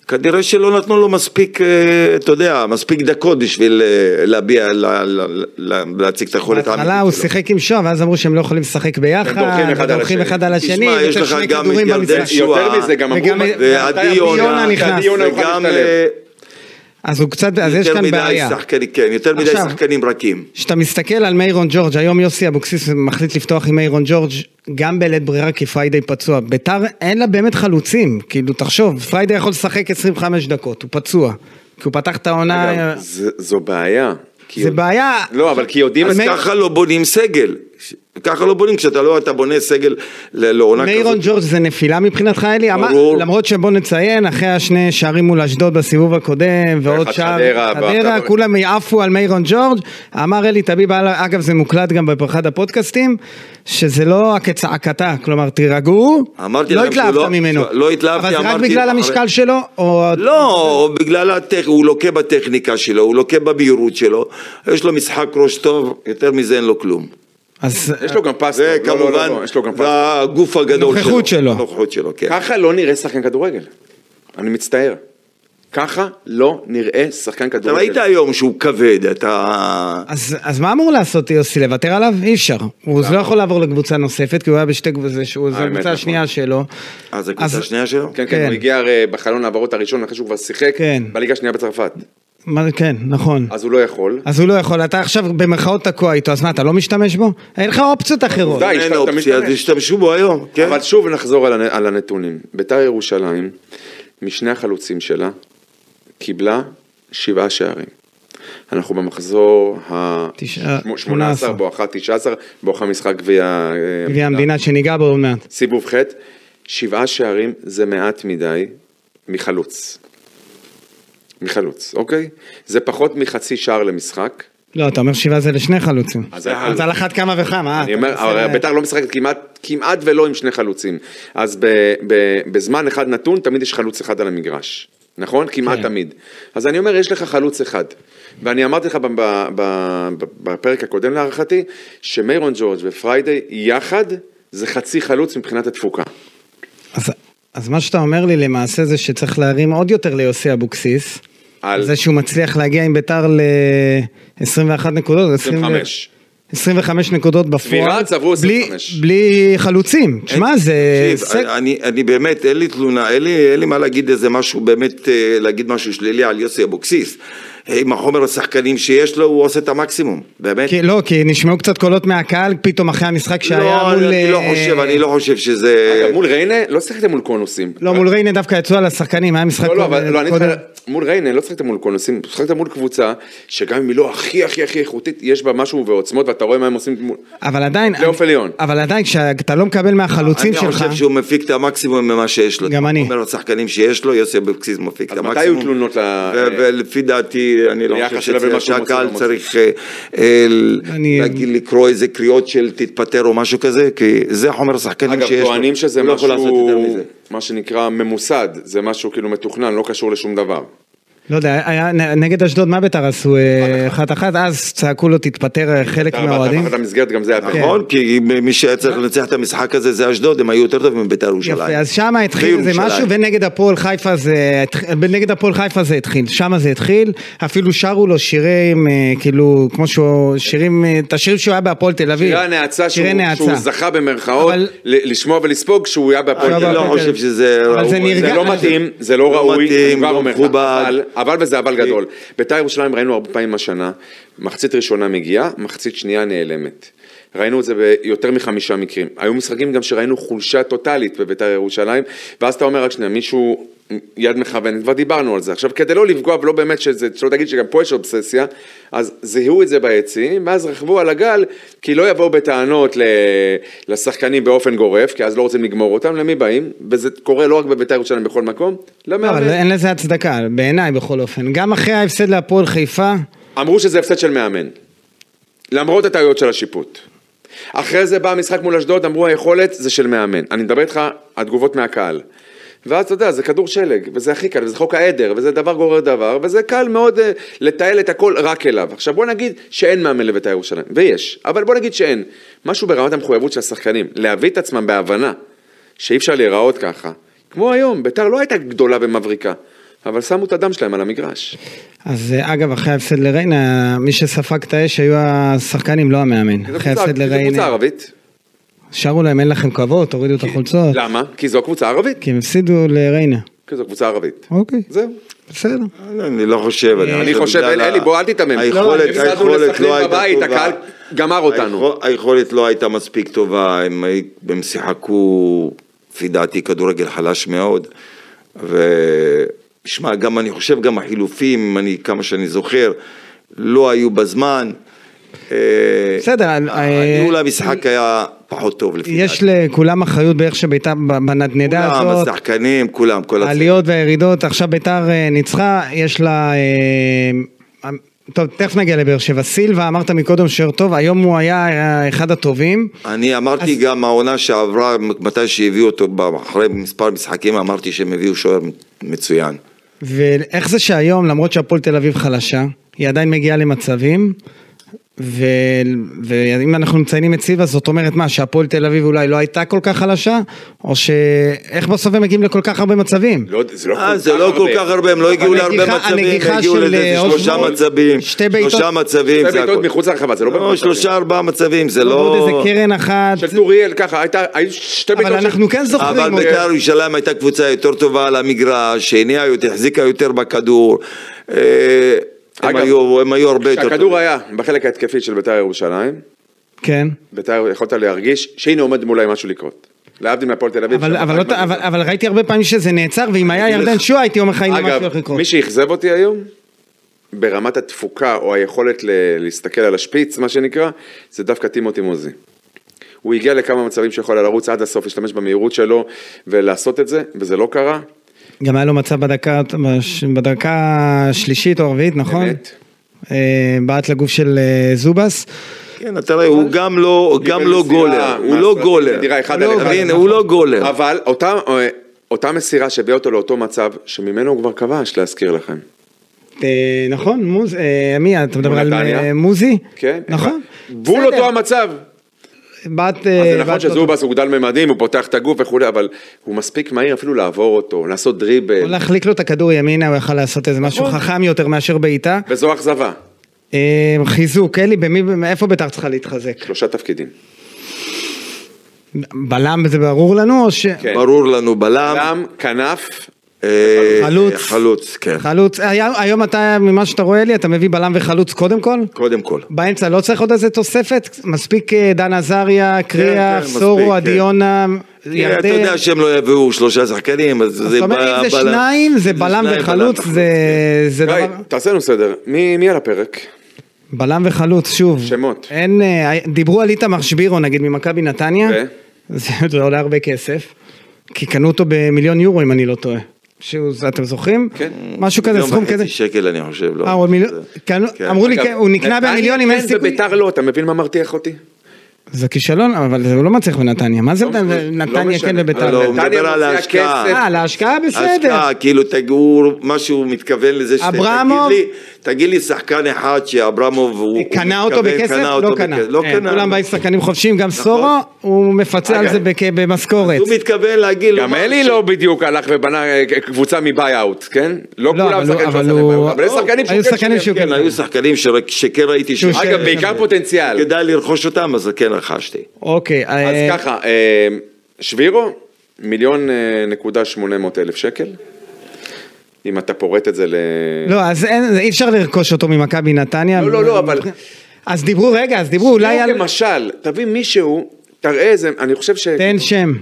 S4: כנראה שלא נתנו לו מספיק, אה, אתה יודע, מספיק דקות בשביל אה, להביע, ל- ל- ל- להציג את היכולת
S2: בהתחלה הוא
S4: כאילו.
S2: שיחק עם שוע, ואז אמרו שהם לא יכולים לשחק ביחד,
S3: דורכים אחד על
S2: דורכים
S3: השני.
S2: אחד על השני,
S4: תשמע, יש
S2: ויותר
S4: לך
S2: שני
S4: גם
S2: כדורים
S4: את ירדן
S2: במשחק.
S4: שועה.
S3: יותר מזה, גם אמרו...
S2: וגם-
S4: ועדי
S2: ועדי יונה
S4: יונה,
S2: נכנס.
S3: ועדי יונה יכול
S4: וגם
S3: להשתלב.
S4: אה,
S2: אז הוא קצת, אז יש
S4: יותר
S2: כאן
S4: מדי
S2: בעיה.
S4: שחקנים, כן, יותר מדי
S2: עכשיו-
S4: שחקנים רכים.
S2: כשאתה מסתכל על מיירון ג'ורג', היום יוסי אבוקסיס מחליט לפתוח עם מיירון ג'ורג' גם בלית ברירה כי פריידי פצוע. ביתר אין לה באמת חלוצים, כאילו תחשוב, פריידי יכול לשחק 25 דקות, הוא פצוע. כי הוא פתח את העונה,
S3: אגב, ז- זו בעיה. כי-
S2: אה, זה בעיה.
S3: לא, אבל כי יודעים...
S4: אז
S3: את-
S4: ככה לא בונים סגל. ש- ככה לא בונים, כשאתה לא, אתה בונה סגל ל- לעונה
S2: מיירון
S4: כזאת.
S2: ג'ורג' זה נפילה מבחינתך אלי? אמר-
S4: ברור.
S2: למרות שבוא נציין, אחרי השני שערים מול אשדוד בסיבוב הקודם, ועוד שער
S3: חדרה,
S2: חדרה,
S3: ואחת-
S2: כולם עפו על מיירון ג'ורג', אמר אלי טביב, על- אגב זה מוקלט גם באחד הפודקאסטים, שזה לא כצעקתה, כלומר תירגעו,
S4: אמרתי
S2: לא
S4: לכם שהוא
S2: התלהבת
S4: לא-
S2: ממנו,
S4: לא התלהבתי,
S2: אבל זה רק
S4: אמרתי-
S2: בגלל המשקל שלו, או
S4: לא, בגלל הטכ... הוא לוקה בטכניקה שלו, הוא לוקה בבהירות שלו, יש לו משחק ראש טוב, יותר מזה אין לו כלום.
S2: אז
S3: יש לו גם פס.
S4: זה
S3: לא, לא, לא,
S4: כמובן,
S3: לא, יש לו גם פס.
S4: זה הגוף הגדול שלו.
S2: הנוכחות שלו.
S4: הנוכחות שלו, כן.
S3: ככה לא נראה שחקן כדורגל. אני מצטער. ככה לא נראה שחקן
S4: אתה
S3: כדורגל.
S4: ראית היום שהוא כבד, אתה...
S2: אז, אז מה אמור לעשות יוסי? לוותר עליו? אי אפשר. הוא לא יכול לעבור לקבוצה נוספת, כי הוא היה בשתי קבוצות, זו
S3: האמת,
S2: הקבוצה
S3: נכון.
S2: השנייה שלו.
S4: אה, זה קבוצה השנייה שלו?
S3: כן,
S2: כן.
S3: כן, הוא הגיע הרי בחלון ההעברות הראשון, אחרי שהוא כבר שיחק,
S2: כן.
S3: בליגה השנייה בצרפת.
S2: מה- כן, נכון.
S3: אז הוא לא יכול.
S2: אז הוא לא יכול, אתה עכשיו במרכאות תקוע איתו, אז מה, אתה לא משתמש בו? אין לך אופציות אחרות.
S3: עובדה,
S4: אין
S3: השתמשת-
S4: אופציה, אז
S3: משתמש.
S4: השתמשו בו היום, כן.
S3: אבל שוב נחזור על הנ- על הנתונים. ביתר ירושלים, משני החלוצים שלה, קיבלה שבעה שערים. אנחנו במחזור
S2: תשעה-
S3: ה-18 בואכה 19, בואכה משחק גביע אה,
S2: גביע המדינה שניגע בו עוד מעט.
S3: סיבוב ח', שבעה שערים זה מעט מדי מחלוץ. מחלוץ, אוקיי? זה פחות מחצי שער למשחק.
S2: לא, אתה אומר שבעה זה לשני חלוצים.
S3: אז זה
S2: אז על אחת כמה וכמה. אה, אתה
S3: אני אומר,
S2: מנסה-
S3: אבל בית"ר לא משחקת כמעט, כמעט ולא עם שני חלוצים. אז ב, ב, בזמן אחד נתון, תמיד יש חלוץ אחד על המגרש. נכון? כמעט
S2: כן.
S3: תמיד. אז אני אומר, יש לך חלוץ אחד. ואני אמרתי לך ב- ב- ב- ב- בפרק הקודם להערכתי, שמיירון ג'ורג' ופריידי יחד, זה חצי חלוץ מבחינת התפוקה.
S2: אז- אז מה שאתה אומר לי למעשה זה שצריך להרים עוד יותר ליוסי אבוקסיס. על
S3: על-
S2: זה שהוא מצליח להגיע עם ביתר ל-21 נקודות.
S3: 25.
S2: 25 נקודות בפועל,
S3: סבירה, צברו
S2: בלי-
S3: 25.
S2: בלי חלוצים, תשמע זה,
S4: תקשיב,
S2: הישג-
S4: אני, אני באמת, אין לי תלונה, אין לי, אין לי מה להגיד איזה משהו, באמת אה, להגיד משהו שלילי על יוסי אבוקסיס. אה, עם החומר השחקנים שיש לו, הוא עושה את המקסימום, באמת.
S2: כי- לא, כי נשמעו קצת קולות מהקהל פתאום אחרי המשחק שהיה
S4: לא,
S2: מול,
S4: אני לא
S2: אה,
S4: חושב, אני לא חושב שזה...
S3: אגב, מול ריינה לא שיחקתם מול קונוסים.
S2: לא, מול ריינה דווקא יצאו על השחקנים, היה משחק
S3: לא, לא, אבל
S2: קודם-
S3: לא, אני
S2: קודם-
S3: צריך... מול ריינה לא שיחקתם מול קונוסים, שיחקתם מול קבוצה שגם אם היא לא הכי הכי הכי איכותית, יש בה משהו ועוצמות ואתה רואה מה הם עושים מול...
S2: אבל עדיין,
S3: פלייאוף
S2: אני-
S3: עליון. אה,
S2: אבל עדיין כשאתה לא מקבל מהחלוצים
S4: אני
S2: שלך,
S4: חושב שהוא מפיק את המקסימום ממה שיש לו.
S2: גם אני.
S4: אומר השחקנים שיש לו, יוסי אבוקסיס מפיק את
S3: אז מתי
S4: המקסימום.
S3: היו תלונות ל-
S4: ו- ולפי דעתי, אני לא
S3: ביחס
S4: חושב
S3: שלו
S4: שצריך-
S3: ומה שהוא מוציא,
S4: שהקהל
S3: לא מוציא.
S4: צריך אה, אה, ל-
S2: אני-
S4: להגיד- לקרוא איזה קריאות של תתפטר או משהו כזה, כי זה חומר השחקנים
S3: אגב,
S4: שיש לו.
S3: טוענים שזה
S4: הוא לא יכול לעשות יותר
S3: משהו,
S4: מזה.
S3: מה שנקרא ממוסד, זה משהו כאילו מתוכנן, לא קשור לשום דבר.
S2: לא יודע, היה, נ- נגד אשדוד מה ביתר עשו? אה, אחת אחת, אז צעקו לו תתפטר אה, חלק מהאוהדים.
S3: אחת המסגרת גם זה
S2: כן.
S3: היה פרק.
S4: נכון, כי מי שהיה צריך לנצח את המשחק הזה זה אשדוד, הם היו יותר טובים מביתר ירושלים.
S2: יפה, אז שם התחיל איזה
S4: בירושלים.
S2: משהו, ונגד הפועל חיפה זה, התח- נגד הפועל חיפה זה התחיל, שם זה התחיל, אפילו שרו לו שירים, אה, כאילו, כמו שהוא, שירים, אה, את השירים שהוא היה בהפועל תל אביב.
S3: שירי הנאצה שהוא-
S2: שירי נאצה.
S3: שהוא זכה במרכאות
S2: אבל-
S3: ל- לשמוע ולספוג שהוא היה בהפועל
S2: אבל-
S3: תל
S4: אני
S3: אביב.
S4: לא חושב שזה
S2: אבל
S4: ראוי.
S2: זה נרגע-
S3: זה לא מתאים, זה לא
S4: לא
S3: ראוי, אני
S4: מתאים,
S3: כבר
S4: לא
S3: אומר לך,
S4: מכובד.
S3: אבל- אבל וזה אבל גדול. בית"ר ירושלים ראינו הרבה פעמים השנה, מחצית ראשונה מגיעה, מחצית שנייה נעלמת. ראינו את זה ביותר מחמישה מקרים. היו משחקים גם שראינו חולשה טוטאלית בבית"ר ירושלים, ואז אתה אומר, רק שנייה, מישהו יד מכוונת, כבר דיברנו על זה. עכשיו, כדי לא לפגוע ולא באמת שזה, שלא תגיד שגם פה יש אובססיה, אז זיהו את זה ביציעים, ואז רכבו על הגל, כי לא יבואו בטענות ל... לשחקנים באופן גורף, כי אז לא רוצים לגמור אותם, למי באים? וזה קורה לא רק בבית"ר ירושלים, בכל מקום,
S2: לא, אבל
S3: למאמן.
S2: אין לזה הצדקה, בעיניי בכל אופן. גם אחרי ההפסד להפועל חיפה,
S3: אמרו שזה הפסד של מאמן, למרות הטעויות של השיפוט. אחרי זה בא המשחק מול אשדוד, אמרו היכולת זה של מאמן. אני מדבר איתך, התגובות מהקהל. ואז אתה יודע, זה כדור שלג, וזה הכי קל, וזה חוק העדר, וזה דבר גורר דבר, וזה קל מאוד uh, לתעל את הכל רק אליו. עכשיו בוא נגיד שאין מאמן לבית"ר ירושלים, ויש, אבל בוא נגיד שאין. משהו ברמת המחויבות של השחקנים, להביא את עצמם בהבנה שאי אפשר להיראות ככה. כמו היום, בית"ר לא הייתה גדולה ומבריקה, אבל שמו את הדם שלהם על המגרש.
S2: אז אה, אגב, אחרי ההפסד לריינה, מי שספג את האש היו השחקנים, לא המאמן.
S3: זה
S2: אחרי
S3: קבוצה-
S2: ההפסד
S3: זה קבוצה
S2: לריינה,
S3: ערבית.
S2: שרו להם אין לכם כבוד, תורידו את החולצות,
S3: למה? כי זו קבוצה ערבית.
S2: כי הם הפסידו לריינה.
S3: כי זו קבוצה ערבית.
S2: אוקיי,
S3: זהו.
S2: בסדר.
S4: אני לא חושב,
S3: אני חושב,
S4: בגלל
S3: אלי, בוא, אל תיתמם.
S4: היכולת,
S3: לא, הפסדנו
S4: היכולת
S3: לסכנין
S4: לא הייתה
S3: בבית,
S4: טובה.
S3: הקהל גמר אותנו.
S4: היכול- היכולת לא הייתה מספיק טובה, הם, הי- הם שיחקו, לפי דעתי, כדורגל חלש מאוד. ושמע, גם אני חושב, גם החילופים, אני, כמה שאני זוכר, לא היו בזמן. אה,
S2: בסדר, אה,
S4: ניהול המשחק היה פחות טוב לפי דעתי.
S2: יש לכולם אחריות באיך שביתר ב- בנדנדה
S4: כולם,
S2: הזאת,
S4: השחקנים, כולם, כל הצוות.
S2: העליות והירידות, עכשיו ביתר אה, ניצחה, יש לה... אה, טוב, תכף נגיע לבאר שבע. סילבה, אמרת מקודם שוער טוב, היום הוא היה אה, אחד הטובים.
S4: אני אמרתי גם העונה שעברה, מתי שהביאו אותו, אחרי מספר משחקים, אמרתי שהם הביאו שוער מצוין.
S2: ואיך זה שהיום, למרות שהפועל תל אביב חלשה, היא עדיין מגיעה למצבים, ו... ואם אנחנו מציינים את סילבה, זאת אומרת מה, שהפועל תל אביב אולי לא הייתה כל כך חלשה, או שאיך בסוף הם מגיעים לכל כך הרבה מצבים?
S3: לא, זה לא
S4: אה,
S3: כל
S4: זה
S3: כך
S4: לא כל
S3: הרבה.
S4: כך הרבה, הם לא הגיעו להרבה
S2: הנגיחה-
S4: מצבים,
S2: הנגיחה
S4: הם הגיעו
S2: של,
S4: לזה
S2: אה,
S4: שלושה
S2: אושבולט,
S4: מצבים,
S2: שתי בעיטות-
S4: שלושה מצבים,
S3: שתי
S4: זה
S3: בעיטות
S4: הכל.
S3: מחוץ לרחבה, זה לא
S4: לא,
S3: במצבים.
S4: שלושה ארבעה מצבים, זה
S2: עוד
S4: לא...
S2: איזה קרן אחת,
S3: של טוריאל, ככה, הייתה, היו שתי
S2: אבל
S3: של-
S2: אנחנו כן זוכרים.
S4: אבל
S2: אוקיי.
S4: בית"ר ירושלים הייתה קבוצה יותר טובה על המגרש, שהניעה יותר, החזיקה יותר בכדור. אה, הם
S3: אגב,
S4: היו הם היו הרבה יותר טובים.
S3: כשהכדור היה בחלק ההתקפי של בית"ר ירושלים,
S2: כן.
S3: בית"ר יכולת להרגיש שהנה עומד מולה משהו לקרות. להבדיל מהפועל תל אביב.
S2: אבל,
S3: שם
S2: אבל, לא,
S3: רק
S2: אבל,
S3: מגזר.
S2: אבל ראיתי הרבה פעמים שזה נעצר, ואם היה ירדן שואה הייתי אומר לך הנה משהו הולך
S3: אגב,
S2: לקרות.
S3: מי שאכזב אותי היום, ברמת התפוקה או היכולת ל- להסתכל על השפיץ, מה שנקרא, זה דווקא טימותי מוזי. הוא הגיע לכמה מצבים שיכול היה לרוץ עד הסוף, להשתמש במהירות שלו ולעשות את זה, וזה לא קרה.
S2: גם היה לו מצב בדקה, בש- בדקה השלישית או הרביעית, נכון?
S3: אמת.
S2: אה, בעט לגוף של אה, זובס.
S4: כן, אתה רואה, הוא גם לא, גם לא
S3: במסירה,
S4: גולר, הוא
S3: מה,
S4: לא
S3: זאת
S4: גולר.
S3: מדירה אחד
S4: אתה
S3: על אחד,
S4: מבין,
S3: נכון.
S4: הוא לא גולר.
S3: אבל אותה, אה, אותה מסירה שהביאה אותו לאותו מצב, שממנו הוא כבר כבש, להזכיר לכם.
S2: אה, נכון, מוז... אה, מי, אתה מדבר על
S3: נתניה.
S2: אה, מוזי?
S3: כן?
S2: נכון.
S3: בול
S2: בסדר.
S3: אותו המצב.
S2: בעט...
S3: אז
S2: אה,
S3: זה נכון
S2: בעט לא טוב.
S3: שזובס הוא גדל ממדים, הוא פותח את הגוף וכולי, אבל הוא מספיק מהיר אפילו לעבור אותו, לעשות
S2: הוא
S3: דריבל,
S2: להחליק לו את הכדור ימינה, הוא יכל לעשות איזה משהו
S3: נכון.
S2: חכם יותר מאשר בעיטה.
S3: וזו אכזבה.
S2: אה, חיזוק, אלי, במי, מאיפה בית"ר צריכה להתחזק?
S3: שלושה תפקידים.
S2: בלם זה ברור לנו, או ש...
S3: כן.
S4: ברור לנו בלם.
S3: בלם, כנף,
S4: אה,
S2: חלוץ.
S4: חלוץ, כן.
S2: חלוץ, היום, היום אתה, ממה שאתה רואה לי, אתה מביא בלם וחלוץ קודם כל?
S4: קודם כל.
S2: באמצע לא צריך עוד איזה תוספת? מספיק אה, דן עזריה, קריאף,
S4: כן,
S2: סורו,
S4: מספיק,
S2: עדי יונה,
S4: אה, אתה
S2: ירדן.
S4: יודע שהם לא יביאו שלושה שחקנים, אז
S2: זאת
S4: זה
S2: אומרת, אם זה
S4: בלם.
S2: שניים, זה בלם
S4: שניים,
S2: וחלוץ,
S4: בלם, כן.
S2: זה- זה
S3: גיא,
S2: דבר...
S3: אוקיי, תעשה לנו סדר, מי מי על הפרק?
S2: בלם וחלוץ, שוב.
S3: שמות.
S2: אין, אה, דיברו על איתמר שבירו, נגיד, ממכבי נתניה.
S4: אוקיי.
S3: ו?
S2: זה זה עולה הרבה כסף. כי קנו אותו במיליון יורו, אם אני לא טועה. שהוא, אתם זוכרים?
S3: כן.
S2: משהו כזה,
S4: מיליון
S2: סכום
S4: וחצי
S2: כזה.
S4: שקל אני חושב, לא.
S2: אה, הוא מיליון-
S4: זה-
S2: קנו-
S4: כן.
S2: אמרו לי,
S3: אגב,
S2: כן, הוא נקנה
S3: נתניה
S2: במיליונים, אין
S3: כן
S2: סיכוי. אה,
S3: וביתר לא, אתה מבין מה מרתיח אותי?
S2: זה כישלון, אבל זה לא מצליח בנתניה. מה זה
S3: לא, לא
S2: נתניה כן
S3: משנה.
S2: וביתר?
S4: לא, הוא
S2: לא?
S3: נתניה
S4: מדבר על
S3: מוציאה
S4: ההשקעה.
S3: כסף.
S2: אה, להשקעה בסדר.
S4: השקעה, כאילו, תג- הוא, מה שהוא מתכוון לזה, שת-
S2: אברמוב? אה,
S4: תגיד לי- תגיד לי שחקן אחד שאברמוב, הוא הוא
S2: קנה אותו
S4: מתכוון,
S2: בכסף?
S4: קנה
S2: לא
S4: אותו
S2: קנה.
S4: בכסף, לא
S2: אה,
S4: קנה. נכון.
S2: כולם באים שחקנים חופשיים, גם סורו, הוא מפצה על
S4: אגב,
S2: זה בכ- במשכורת.
S4: הוא מתכוון להגיד לו...
S3: גם
S4: מה
S3: אלי
S4: ש-
S3: לא בדיוק הלך ובנה אה, קבוצה מביי-אוט, כן? לא
S2: לא,
S3: כולם
S2: אבל הוא-
S3: שחקנים
S2: אבל
S3: שעושים
S2: הוא- אה,
S3: ביי-אוט, אבל יש שחקנים
S2: היו שחקנים שהוא
S3: כן.
S4: כן, היו שחקנים שרק- שכן ראיתי
S2: שהוא
S4: שאגב,
S3: אגב,
S2: שחקנים
S3: בעיקר
S2: שם.
S3: פוטנציאל.
S4: כדאי לרכוש אותם, אז כן רכשתי.
S2: אוקיי.
S3: אז
S2: אה,
S3: ככה, אה, שבירו, מיליון אה, נקודה שמונה מאות אלף שקל. אם אתה פורט את זה ל...
S2: לא, אז אין- אי אפשר לרכוש אותו ממכבי נתניה.
S3: לא, לא, לא, אבל-
S2: אז דיברו, רגע, אז דיברו אולי
S3: שבירו
S2: על...
S3: למשל, תביא מישהו, תראה איזה, אני חושב ש...
S2: תן שם,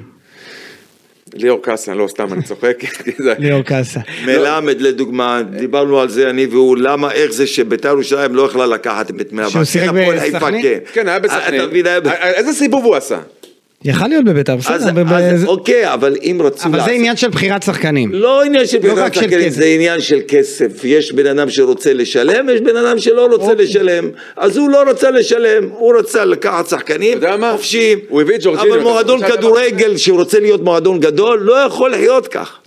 S3: ליאור קאסה, לא, סתם, אני צוחק. זה-
S2: ליאור קאסה.
S4: לא. מלמד לדוגמה, דיברנו על זה אני והוא, למה, איך זה שביתר ירושלים לא יכלה לקחת את מלמד.
S2: שהוא שיחק
S4: הפועל חיפה,
S2: בסכנין?
S4: כן.
S3: כן, היה
S4: אתה
S3: בסכנין. אה,
S4: מבין, היה ב-
S3: איזה סיבוב הוא עשה?
S2: יכל להיות בביתר,
S4: אז-
S2: בסדר. ב- ב-
S4: אז אוקיי, אבל אם רצו...
S2: אבל זה
S4: לעשות-
S2: עניין של בחירת שחקנים.
S4: לא עניין של
S2: לא
S4: בן אדם
S2: רק של
S4: תקן,
S2: כסף.
S4: זה עניין של כסף. יש בן אדם שרוצה לשלם, ויש בן אדם שלא רוצה
S2: אוקיי.
S4: לשלם. אז הוא לא רצה לשלם, הוא רצה לקחת שחקנים
S3: אתה יודע מה?
S4: חופשיים.
S3: הוא הביא את ג'ורג'יניו,
S4: אבל
S3: אתה
S4: מועדון
S3: חושב-
S4: כדורגל שרוצה להיות מועדון גדול, לא יכול לחיות כך.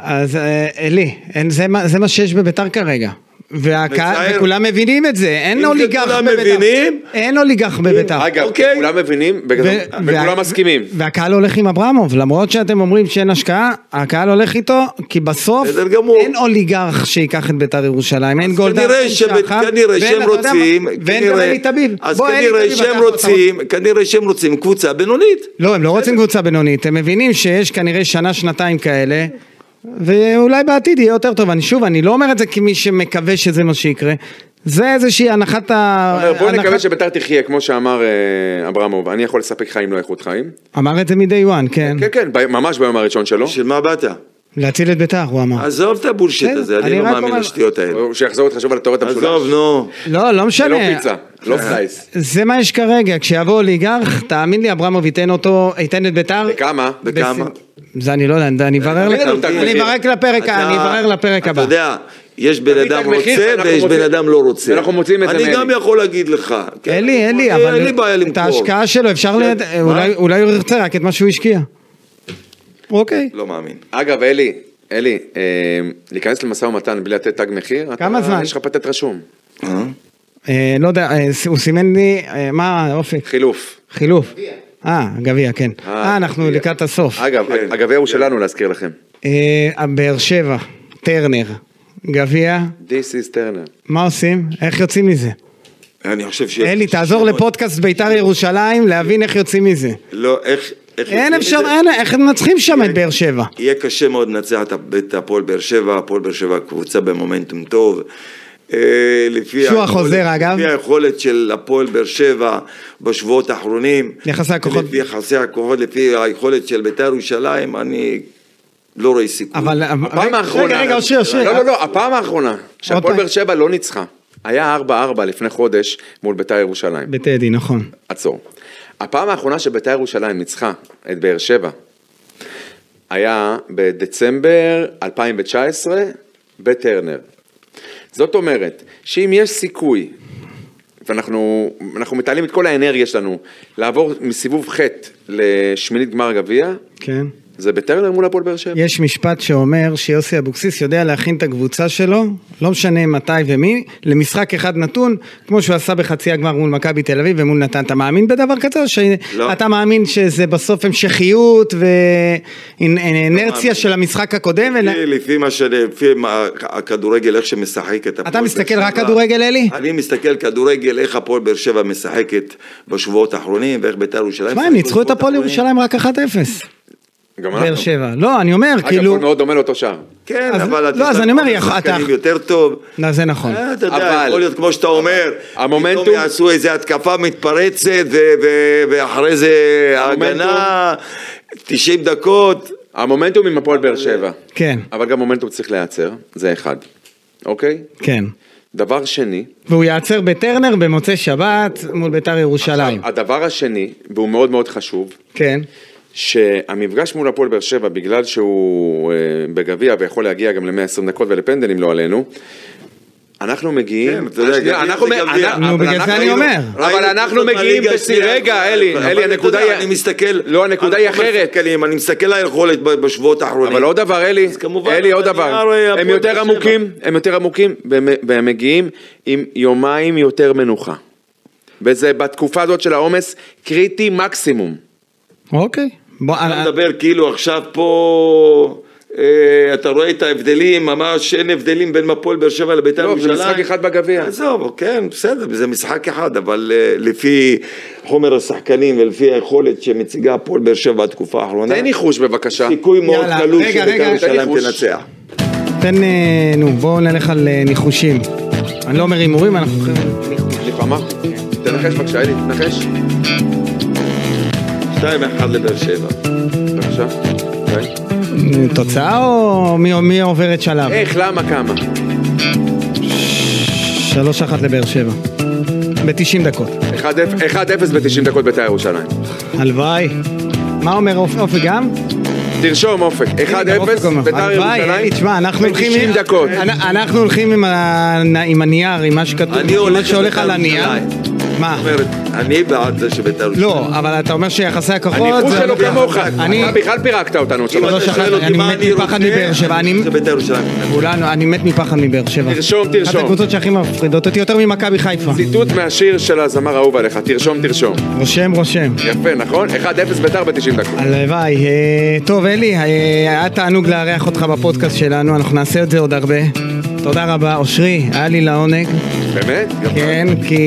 S2: אז אה, אלי, אין- זה מה- זה מה שיש בביתר כרגע. והקהל,
S4: מצער.
S2: וכולם מבינים את זה, אין
S4: אם זה
S2: אוליגח
S4: כולם
S2: בביתר.
S4: מבינים-
S2: אין אוליגח בביתר.
S3: אגב,
S4: אוקיי.
S3: כולם מבינים, בגלל-
S2: אה, ו- וה- אה,
S3: וכולם מסכימים.
S2: והקהל הולך עם אברמוב, למרות שאתם אומרים שאין השקעה, הקהל הולך איתו, כי בסוף
S4: בסדר גמור.
S2: אין אוליגרך שייקח את ביתר ירושלים, אין גולדהר,
S4: כנראה
S2: אין
S4: שב-
S2: שחר,
S4: כנראה
S2: ואין,
S4: שהם
S2: אתה יודע מה,
S4: רוצים,
S2: ואין גם
S4: כנראה-
S2: אלי תביב.
S4: אז
S2: בוא, אלי
S4: כנראה
S2: תביב,
S4: שהם
S2: לקח אותם.
S4: רוצים, כנראה שהם רוצים קבוצה בינונית.
S2: לא, הם לא רוצים קבוצה בינונית, הם מבינים שיש כנראה שנה, שנתיים כאלה, ואולי בעתיד יהיה יותר טוב. אני שוב, אני לא אומר את זה כמי שמקווה שזה מה שיקרה, זה איזושהי הנחת ה...
S4: אה,
S3: בוא נקווה
S2: הנחת-
S3: שביתר תחיה, כמו שאמר אה, אברמוב, אני יכול לספק חיים, לא איכות חיים.
S2: אמר את זה מ-day one, כן.
S3: כן, כן, ב- ממש ביום הראשון שלו.
S4: בשביל מה באת?
S2: להציל את ביתר, הוא אמר.
S4: עזוב את הבולשיט
S2: בסדר,
S4: הזה,
S2: אני
S4: אני לא
S2: רק
S4: מאמין
S2: אומר-
S4: לשטויות האלה.
S3: הוא- שיחזור ותחשוב על תיאוריית המשולש.
S4: עזוב, נו.
S2: לא, לא משנה.
S3: זה לא פיצה, לא סלייס.
S2: זה מה יש כרגע, כשיבוא אוליגרך, תאמין לי, אברמוב ייתן אותו, ייתן את ביתר.
S3: וכמה?
S4: בכמה?
S2: זה אני לא יודע, אני אברר
S3: תמיד
S2: לך-
S3: לנו תג מחיר.
S2: אני אברר לפרק,
S4: אתה-
S2: ה- אני אברר לפרק הבא.
S4: אתה יודע, יש בן
S3: תמיד
S4: אדם
S3: תג מחיר,
S4: רוצה
S3: ואנחנו
S4: ויש בן
S3: מוצאים-
S4: אדם לא רוצה.
S3: ואנחנו מוצאים את זה
S4: אני
S3: מאלי.
S4: גם יכול להגיד לך. כן,
S2: אלי,
S4: אני-
S2: אלי,
S4: אין לי בעיה
S2: אבל
S4: למכור.
S2: את ההשקעה שלו אפשר
S4: כן.
S2: ליד...
S4: מה?
S2: אולי- אולי הוא ירצה רק את מה שהוא השקיע. אוקיי.
S4: לא מאמין.
S3: אגב, אלי, אלי, אה, להיכנס למשא ומתן בלי לתת תג מחיר, אתה-
S2: כמה זמן?
S3: יש לך פטנט רשום.
S2: אה, לא יודע, אה, ס- הוא סימן לי, אה, מה אופק?
S3: חילוף.
S2: חילוף. אה, גביע, כן. אה, אנחנו
S3: גביע.
S2: לקראת הסוף.
S3: אגב,
S4: כן.
S3: הגביע הוא שלנו להזכיר לכם.
S2: אה, באר שבע, טרנר, גביע,
S3: This is Turner.
S2: מה עושים? איך יוצאים מזה?
S4: אני חושב ש...
S2: אלי, תעזור לפודקאסט בית"ר ירושלים להבין איך יוצאים
S3: כן,
S2: מזה.
S4: לא, איך... איך
S2: אין
S4: יוצאים
S2: אפשר,
S4: מזה?
S2: אין, איך הם מנצחים שם את באר שבע?
S4: יהיה קשה מאוד לנצח את ה- את הפועל באר שבע, הפועל באר שבע קבוצה במומנטום טוב. אה, לפי
S2: שועה
S4: היכולת-
S2: חוזר, אגב.
S4: לפי היכולת של הפועל באר שבע בשבועות האחרונים.
S2: יחסי הכוחות.
S4: לפי יחסי הכוחות, לפי היכולת של בית"ר ירושלים, אני לא רואה סיכוי.
S2: אבל...
S3: הפעם האחרונה.
S2: רגע, רגע, אושרי, אושרי.
S3: לא, לא, לא, הפעם האחרונה. שהפועל
S2: פעם.
S3: באר שבע לא ניצחה. היה 4-4 לפני חודש מול בית"ר ירושלים.
S2: בטדי, נכון.
S3: עצור. הפעם האחרונה שבית"ר ירושלים ניצחה את באר שבע היה בדצמבר 2019 בטרנר. זאת אומרת, שאם יש סיכוי, ואנחנו אנחנו מתעלים את כל האנרגיה שלנו, לעבור מסיבוב ח' לשמינית גמר גביע,
S2: כן.
S3: זה בטרנר מול הפועל באר שבע.
S2: יש משפט שאומר שיוסי אבוקסיס יודע להכין את הקבוצה שלו, לא משנה מתי ומי, למשחק אחד נתון, כמו שהוא עשה בחצי הגמר מול מכבי תל אביב ומול נתן. אתה מאמין בדבר כזה? או
S4: לא.
S2: שאתה מאמין שזה בסוף המשכיות ואינרציה
S3: לא
S4: מאמין.
S2: של המשחק הקודם?
S3: כן,
S2: אלא-
S4: לפי- לפי מה ש... לפי מה- הכדורגל, איך שמשחקת הפועל באר
S2: מסתכל
S4: שבע.
S2: רק כדורגל, אלי?
S4: אני מסתכל כדורגל, איך הפועל באר שבע משחקת בשבועות האחרונים, ואיך בית"ר ירושלים...
S2: מה, הם
S4: משחקת
S2: ניצחו את
S4: בשבועות
S2: הפועל
S4: האחרונים.
S2: ירושלים רק 1-0.
S3: גם
S2: כן, באר
S3: אנחנו.
S2: שבע. לא, אני אומר,
S3: אגב,
S2: כאילו...
S3: גול מאוד דומה לאותו שער.
S4: כן,
S2: אז-
S4: אבל...
S2: לא, אז אני אומר, יכול-
S4: אתה...
S2: אתה-
S4: יותר טוב.
S2: לא, זה נכון.
S4: אה, אתה יודע,
S3: אבל-
S4: יכול להיות כמו שאתה אומר,
S3: המומנטום-
S4: פתאום יעשו איזה התקפה מתפרצת ו- ו- ואחרי זה
S3: המומנטום-
S4: הגנה, 90 דקות,
S3: המומנטום עם הפועל באר שבע.
S2: כן,
S3: אבל גם מומנטום צריך להיעצר, זה אחד. אוקיי?
S2: כן.
S3: דבר שני,
S2: והוא ייעצר בטרנר במוצאי שבת מול ביתר ירושלים.
S3: הדבר השני, והוא מאוד מאוד חשוב,
S2: כן.
S3: שהמפגש מול הפועל באר שבע, בגלל שהוא אה, בגביע ויכול להגיע גם ל-120 דקות ולפנדלים לא עלינו, אנחנו מגיעים, אה,
S4: כן, אתה יודע,
S3: שנייה,
S4: גביע
S3: אנחנו
S4: זה
S3: מ-
S4: גביע.
S3: אנחנו-
S2: נו, בגלל זה
S3: אבל אנחנו
S2: אני
S3: היינו-
S2: אומר.
S3: אבל
S4: ראינו
S3: אנחנו
S4: זאת
S3: מגיעים
S4: בליגה
S3: בשיא,
S4: השנייה,
S3: רגע,
S4: אבל-
S3: אלי,
S4: אבל
S3: אלי,
S4: אתה
S3: הנקודה
S4: יודע,
S3: היא,
S4: אני מסתכל,
S3: לא, הנקודה היא
S4: אנחנו
S3: אחרת.
S4: מסתכלים, אני מסתכל על היכולת ב- בשבועות האחרונים.
S3: אבל לא עוד דבר, אלי,
S4: אז כמובן,
S3: אלי, עוד
S4: אתה
S3: דבר,
S4: נראה, רואה,
S3: הם
S4: הפועל
S3: יותר
S4: באר
S3: עמוקים, הם יותר עמוקים, והם- והם מגיעים עם יומיים יותר מנוחה. וזה בתקופה הזאת של העומס קריטי מקסימום.
S2: אוקיי. בוא,
S4: אתה מדבר כאילו עכשיו פה, אה, אתה רואה את ההבדלים, ממש אין הבדלים בין הפועל באר שבע לביתר
S3: לא, זה
S4: ירושלים.
S3: משחק אחד בגביע.
S4: עזוב, כן, בסדר, זה משחק אחד, אבל אה, לפי חומר השחקנים ולפי היכולת שמציגה הפועל באר שבע בתקופה האחרונה,
S3: תן ניחוש בבקשה.
S4: סיכוי מאוד
S2: יאללה,
S4: קלוש
S2: רגע,
S4: שביתר
S2: רגע,
S4: ירושלים
S3: ניחוש.
S4: תנצח.
S2: תן, אה, נו, בואו נלך על אה, ניחושים. אני לא אומר הימורים, אנחנו הולכים...
S3: ניחוש, אמרתי. תנחש בבקשה, אלי, תנחש.
S4: 2-1 לבאר שבע.
S3: בבקשה. אוקיי.
S2: תוצאה או מי, מי עוברת שלב?
S3: איך, למה, כמה?
S2: 3-1 לבאר שבע. ב-90 דקות.
S3: 1-0 ב-90 דקות בית"ר ירושלים.
S2: הלוואי. מה אומר אופ- אופי גם?
S3: תרשום אופק, 1-0 בית"ר
S2: הלוואי,
S3: ירושלים
S2: אלי, תשמע, אנחנו הולכים... עם-
S3: ב-90 דקות.
S2: אנ- אנחנו הולכים עם ה- עם הנייר, עם מה שכתוב,
S4: אני
S2: עם מה
S4: הולך
S2: שהולך
S4: לבית"ר
S2: על הנייר.
S4: ירושלים.
S2: מה?
S4: זאת אומרת, אני בעד זה שביתר ירושלים.
S2: לא, אבל אתה אומר שיחסי הכוחות...
S3: הניחוש
S2: זה-
S3: שלו כמוך,
S2: אני...
S3: אתה בכלל פירקת אותנו עוד
S4: אם
S2: לא
S4: אתה
S3: שלוש.
S2: שכחתי,
S4: שואל אותי
S2: אני
S4: מה
S2: מת מפחד
S4: רוצה,
S2: מבאר שבע,
S4: אני
S2: אני-
S4: רוצה ביתר ירושלים.
S2: כולנו, אני מת מפחד מבאר שבע.
S3: תרשום,
S2: אחת
S3: תרשום.
S2: הקבוצות שהכי מפחידות אותי יותר ממכבי חיפה.
S3: ציטוט מהשיר של הזמר האהוב עליך, תרשום, תרשום.
S2: רושם, רושם.
S3: יפה, נכון? 1-0 בית"ר ב-90 דקות.
S2: הלוואי. אה, טוב, אלי, אה, היה תענוג לארח אותך בפודקאסט שלנו, אנחנו נעשה את זה עוד הרבה. תודה רבה. אושרי, היה לי לעונג.
S3: באמת? יפה.
S2: כן, כי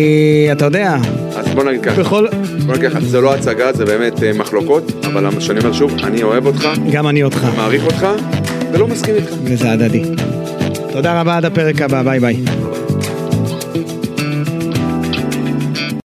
S2: אתה יודע,
S3: אז בוא נגיד ככה.
S2: בכל...
S3: בוא נגיד ככה, זה לא הצגה, זה באמת אה, מחלוקות, אבל למה שאני אומר שוב, אני אוהב אותך,
S2: גם אני אותך,
S3: מעריך אותך, ולא מסכים איתך.
S2: וזה הדדי. תודה רבה, עד הפרק הבא, ביי ביי.
S3: תודה.